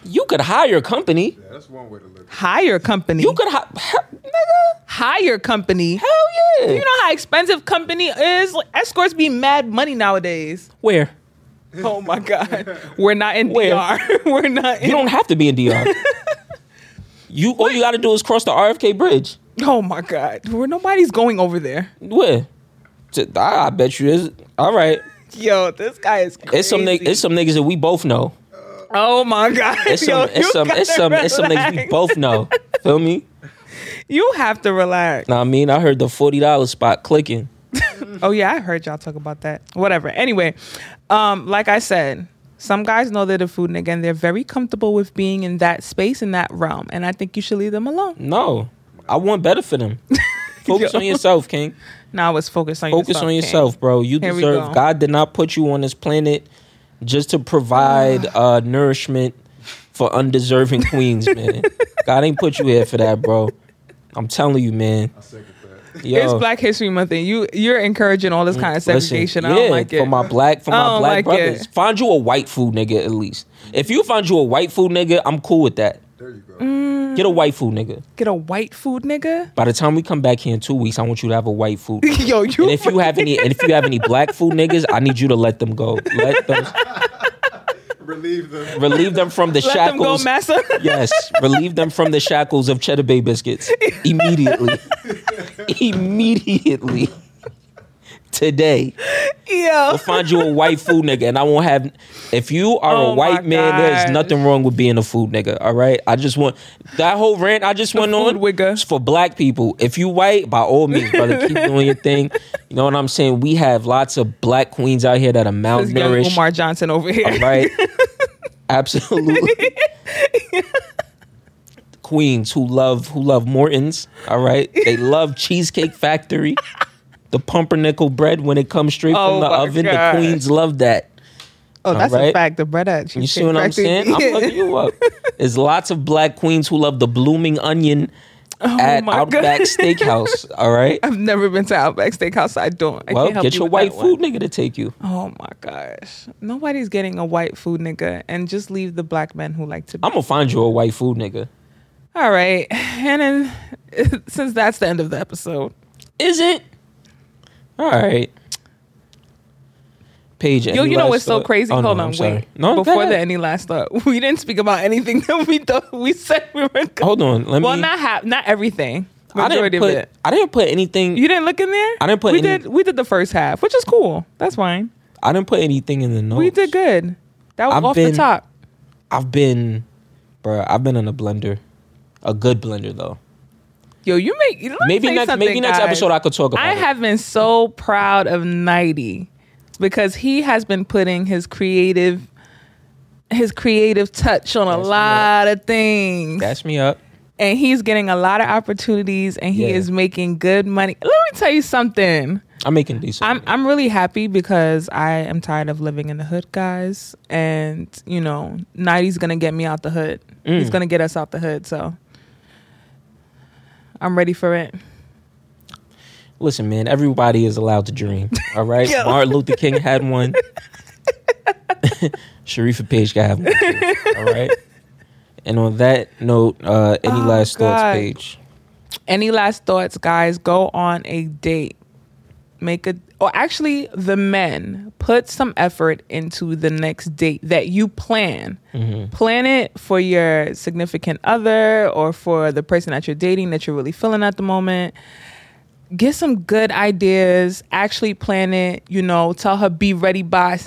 [SPEAKER 1] You could hire company.
[SPEAKER 3] Yeah, that's one way to look.
[SPEAKER 2] Hire company.
[SPEAKER 1] You could hire. Nigga.
[SPEAKER 2] hire company.
[SPEAKER 1] Hell yeah.
[SPEAKER 2] You know how expensive company is? Like, escorts be mad money nowadays.
[SPEAKER 1] Where?
[SPEAKER 2] Oh my God. We're not in
[SPEAKER 1] Where?
[SPEAKER 2] DR. We're not in.
[SPEAKER 1] You don't have to be in DR. you all you got to do is cross the RFK bridge.
[SPEAKER 2] oh my God. Where nobody's going over there.
[SPEAKER 1] Where? T- I, I bet you is. All right.
[SPEAKER 2] Yo, this guy is crazy.
[SPEAKER 1] It's some nig- it's some niggas that we both know.
[SPEAKER 2] oh my God.
[SPEAKER 1] It's
[SPEAKER 2] Yo,
[SPEAKER 1] some it's
[SPEAKER 2] you
[SPEAKER 1] some it's
[SPEAKER 2] gotta
[SPEAKER 1] some it's some niggas we
[SPEAKER 2] relax.
[SPEAKER 1] both know. Feel me?
[SPEAKER 2] You have to relax.
[SPEAKER 1] Nah, I mean, I heard the forty dollars spot clicking.
[SPEAKER 2] Oh yeah, I heard y'all talk about that. Whatever. Anyway, um, like I said, some guys know they're the food nigga and they're very comfortable with being in that space in that realm. And I think you should leave them alone.
[SPEAKER 1] No, I want better for them. Focus
[SPEAKER 2] Yo.
[SPEAKER 1] on yourself, King.
[SPEAKER 2] Now let's focus on
[SPEAKER 1] Focus
[SPEAKER 2] yourself.
[SPEAKER 1] on
[SPEAKER 2] King.
[SPEAKER 1] yourself, bro. You
[SPEAKER 2] Here we
[SPEAKER 1] deserve.
[SPEAKER 2] go.
[SPEAKER 1] God did not put you on this planet just to provide uh, nourishment for undeserving queens, man. God ain't put you here for that, bro. I'm telling you, man.
[SPEAKER 3] I second that.
[SPEAKER 1] Yo, Mm,
[SPEAKER 2] It's Black History Month and you you're encouraging all this kind of
[SPEAKER 1] listen,
[SPEAKER 2] segregation. I
[SPEAKER 1] yeah,
[SPEAKER 2] don't like it.
[SPEAKER 1] for my black, for
[SPEAKER 2] I
[SPEAKER 1] my
[SPEAKER 2] don't
[SPEAKER 1] black
[SPEAKER 2] like
[SPEAKER 1] brothers,
[SPEAKER 2] it.
[SPEAKER 1] find you a white food nigga at least. If you find you a white food nigga, I'm cool with that.
[SPEAKER 3] There you go.
[SPEAKER 1] Get a white food nigga.
[SPEAKER 2] Get a white food nigga.
[SPEAKER 1] By the time we come back here in two weeks, I want you to have a white food.
[SPEAKER 2] Yo, you
[SPEAKER 1] And if you have any, and if you have any black food niggas, I need you to let them go. Let them
[SPEAKER 3] Relieve the.
[SPEAKER 1] relieve them from the
[SPEAKER 2] let them go,
[SPEAKER 1] shackles.
[SPEAKER 2] massa.
[SPEAKER 1] yes, relieve them from the shackles of Cheddar Bay biscuits immediately. immediately. Today,
[SPEAKER 2] Yo.
[SPEAKER 1] I'll find you a white food nigga, and I won't have. If you are
[SPEAKER 2] Oh
[SPEAKER 1] a
[SPEAKER 2] my
[SPEAKER 1] white man, there's
[SPEAKER 2] gosh.
[SPEAKER 1] nothing wrong with being a food nigga. All right, I just want that whole rant. I just went
[SPEAKER 2] food
[SPEAKER 1] on
[SPEAKER 2] wigger.
[SPEAKER 1] is for black people. If you white, by all means, brother, keep doing your thing. You know what I'm saying? We have lots of black queens out here that are
[SPEAKER 2] This young
[SPEAKER 1] malnourished.
[SPEAKER 2] Umar Johnson over here.
[SPEAKER 1] All right. Absolutely. Queens who love who love Morton's, all right? They love Cheesecake Factory. The pumpernickel bread when it comes straight
[SPEAKER 2] Oh
[SPEAKER 1] from the
[SPEAKER 2] my
[SPEAKER 1] oven,
[SPEAKER 2] God.
[SPEAKER 1] the queens love that.
[SPEAKER 2] Oh, that's a
[SPEAKER 1] right.
[SPEAKER 2] fact. The bread at
[SPEAKER 1] You see what I'm
[SPEAKER 2] Cheesecake
[SPEAKER 1] saying? I'm
[SPEAKER 2] Factory.
[SPEAKER 1] looking you up. There's lots of black queens who love the blooming onion at
[SPEAKER 2] Oh my
[SPEAKER 1] Outback
[SPEAKER 2] God.
[SPEAKER 1] Steakhouse, all right?
[SPEAKER 2] I've never been to Outback Steakhouse. so I don't. I
[SPEAKER 1] well,
[SPEAKER 2] can't help
[SPEAKER 1] get
[SPEAKER 2] you
[SPEAKER 1] your
[SPEAKER 2] with
[SPEAKER 1] white
[SPEAKER 2] that one.
[SPEAKER 1] food nigga to take you.
[SPEAKER 2] Oh my gosh, nobody's getting a white food nigga, and just leave the black men who like to. Be.
[SPEAKER 1] I'm gonna find you a white food nigga.
[SPEAKER 2] All right, and then since that's the end of the episode,
[SPEAKER 1] Is it? All right. Paige.
[SPEAKER 2] yo,
[SPEAKER 1] any
[SPEAKER 2] you know
[SPEAKER 1] last
[SPEAKER 2] what's so
[SPEAKER 1] thought?
[SPEAKER 2] crazy?
[SPEAKER 1] Oh, no,
[SPEAKER 2] Hold
[SPEAKER 1] I'm
[SPEAKER 2] on,
[SPEAKER 1] sorry.
[SPEAKER 2] wait.
[SPEAKER 1] No, go
[SPEAKER 2] Before the
[SPEAKER 1] ahead.
[SPEAKER 2] any last thought, we didn't speak about anything that we thought we said we were. Gonna,
[SPEAKER 1] Hold on. Let
[SPEAKER 2] well,
[SPEAKER 1] me.
[SPEAKER 2] not half, not everything.
[SPEAKER 1] Oh, I
[SPEAKER 2] Majority
[SPEAKER 1] didn't
[SPEAKER 2] of
[SPEAKER 1] put.
[SPEAKER 2] it.
[SPEAKER 1] I didn't put anything.
[SPEAKER 2] You didn't look in there.
[SPEAKER 1] I didn't put
[SPEAKER 2] We
[SPEAKER 1] any-
[SPEAKER 2] did. We did the first half, which is cool. That's fine.
[SPEAKER 1] I didn't put anything in the notes.
[SPEAKER 2] We did good. That was
[SPEAKER 1] I've
[SPEAKER 2] off
[SPEAKER 1] been-
[SPEAKER 2] the top.
[SPEAKER 1] I've been, bruh, I've been in a blender, a good blender though.
[SPEAKER 2] Yo, you make let me
[SPEAKER 1] Maybe
[SPEAKER 2] tell you
[SPEAKER 1] next.
[SPEAKER 2] something,
[SPEAKER 1] Maybe next
[SPEAKER 2] guys.
[SPEAKER 1] episode I could talk about.
[SPEAKER 2] I
[SPEAKER 1] it.
[SPEAKER 2] have been so proud of Nighty because he has been putting his creative his creative touch on a
[SPEAKER 1] That's
[SPEAKER 2] lot of things.
[SPEAKER 1] Catch me up.
[SPEAKER 2] and he's getting a lot of opportunities and he
[SPEAKER 1] Yeah.
[SPEAKER 2] is making good money. Let me tell you something.
[SPEAKER 1] I'm making decent.
[SPEAKER 2] I'm
[SPEAKER 1] money.
[SPEAKER 2] I'm really happy because I am tired of living in the hood, guys. And you know, Nighty's gonna get me out the hood. He's
[SPEAKER 1] Mm.
[SPEAKER 2] gonna get us out the hood. So I'm ready for it.
[SPEAKER 1] Listen, man. Everybody is allowed to dream. All right.
[SPEAKER 2] Yo.
[SPEAKER 1] Martin Luther King had one. Sharifa Page got one. too, all right. And on that note, uh, any
[SPEAKER 2] Oh,
[SPEAKER 1] last
[SPEAKER 2] God.
[SPEAKER 1] thoughts, Paige?
[SPEAKER 2] Any last thoughts, guys? Go on a date. Make a or actually the men put some effort into the next date that you plan. Plan it for your significant other or for the person that you're dating that you're really feeling at the moment. Get some good ideas, actually plan it, you know, tell her be ready by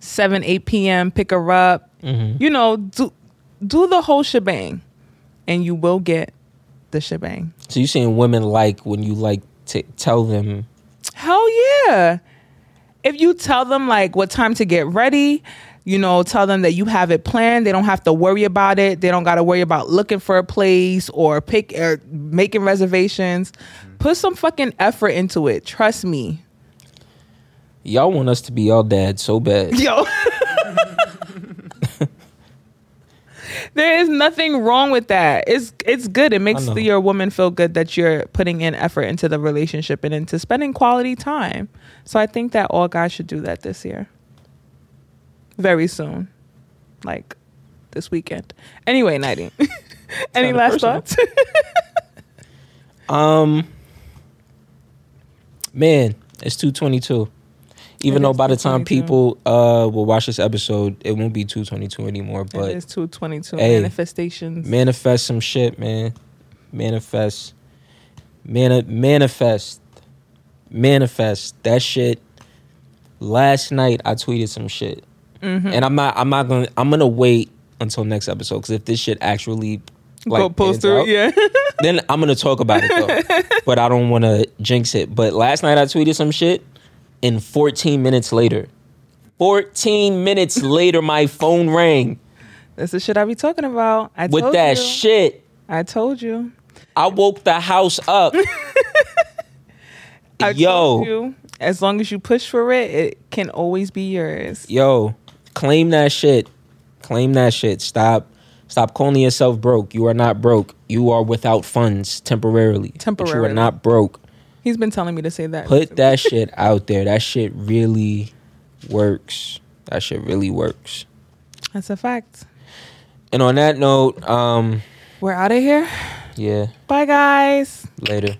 [SPEAKER 2] 7, 8 p.m., pick her up. You know, do do the whole shebang, and you will get the shebang.
[SPEAKER 1] So you saying women like when you like t- tell them
[SPEAKER 2] Hell yeah. If you tell them like what time to get ready, you know, tell them that you have it planned. They don't have to worry about it. They don't got to worry about looking for a place or pick or making reservations. Put some fucking effort into it. Trust me.
[SPEAKER 1] y'all want us to be y'all dad so bad.
[SPEAKER 2] Yo. there is nothing wrong with that. It's it's good. It makes
[SPEAKER 1] know.
[SPEAKER 2] the, your woman feel good that you're putting in effort into the relationship and into spending quality time. So I think that all guys should do that this year. Very soon. Like this weekend. Anyway, Nighty. Any
[SPEAKER 1] Kinda
[SPEAKER 2] last
[SPEAKER 1] personal.
[SPEAKER 2] thoughts?
[SPEAKER 1] Um, man, it's two twenty two. Even
[SPEAKER 2] It
[SPEAKER 1] though
[SPEAKER 2] is
[SPEAKER 1] by the time
[SPEAKER 2] 2:22.
[SPEAKER 1] people uh will watch this episode, it won't be two twenty two anymore.
[SPEAKER 2] it
[SPEAKER 1] But
[SPEAKER 2] is 222
[SPEAKER 1] Hey.
[SPEAKER 2] manifestations.
[SPEAKER 1] manifest some shit, man. Manifest, Mani- manifest, manifest that shit. Last night I tweeted some shit,
[SPEAKER 2] Mm-hmm.
[SPEAKER 1] and I'm not. I'm not gonna. I'm gonna wait until next episode because if this shit actually like
[SPEAKER 2] Go post
[SPEAKER 1] pans out,
[SPEAKER 2] through. Yeah.
[SPEAKER 1] then I'm gonna talk about it though. but I don't wanna jinx it. But last night I tweeted some shit and 14 minutes later. 14 minutes later, my phone rang
[SPEAKER 2] That's the shit I be talking about. I
[SPEAKER 1] with
[SPEAKER 2] told
[SPEAKER 1] that
[SPEAKER 2] you.
[SPEAKER 1] shit.
[SPEAKER 2] I told you.
[SPEAKER 1] I woke the house up.
[SPEAKER 2] I told
[SPEAKER 1] yo,
[SPEAKER 2] you, as long as you push for it, it can always be yours.
[SPEAKER 1] yo, claim that shit. Claim that shit. Stop. Stop calling yourself broke. You are not broke. You are without funds temporarily. But you are
[SPEAKER 2] Temporarily.
[SPEAKER 1] not broke.
[SPEAKER 2] He's been telling me to say that.
[SPEAKER 1] put that shit out there. That shit really works. That shit really works.
[SPEAKER 2] That's a fact.
[SPEAKER 1] And on that note, um,
[SPEAKER 2] We're out of here.
[SPEAKER 1] yeah,
[SPEAKER 2] Bye, guys.
[SPEAKER 1] later.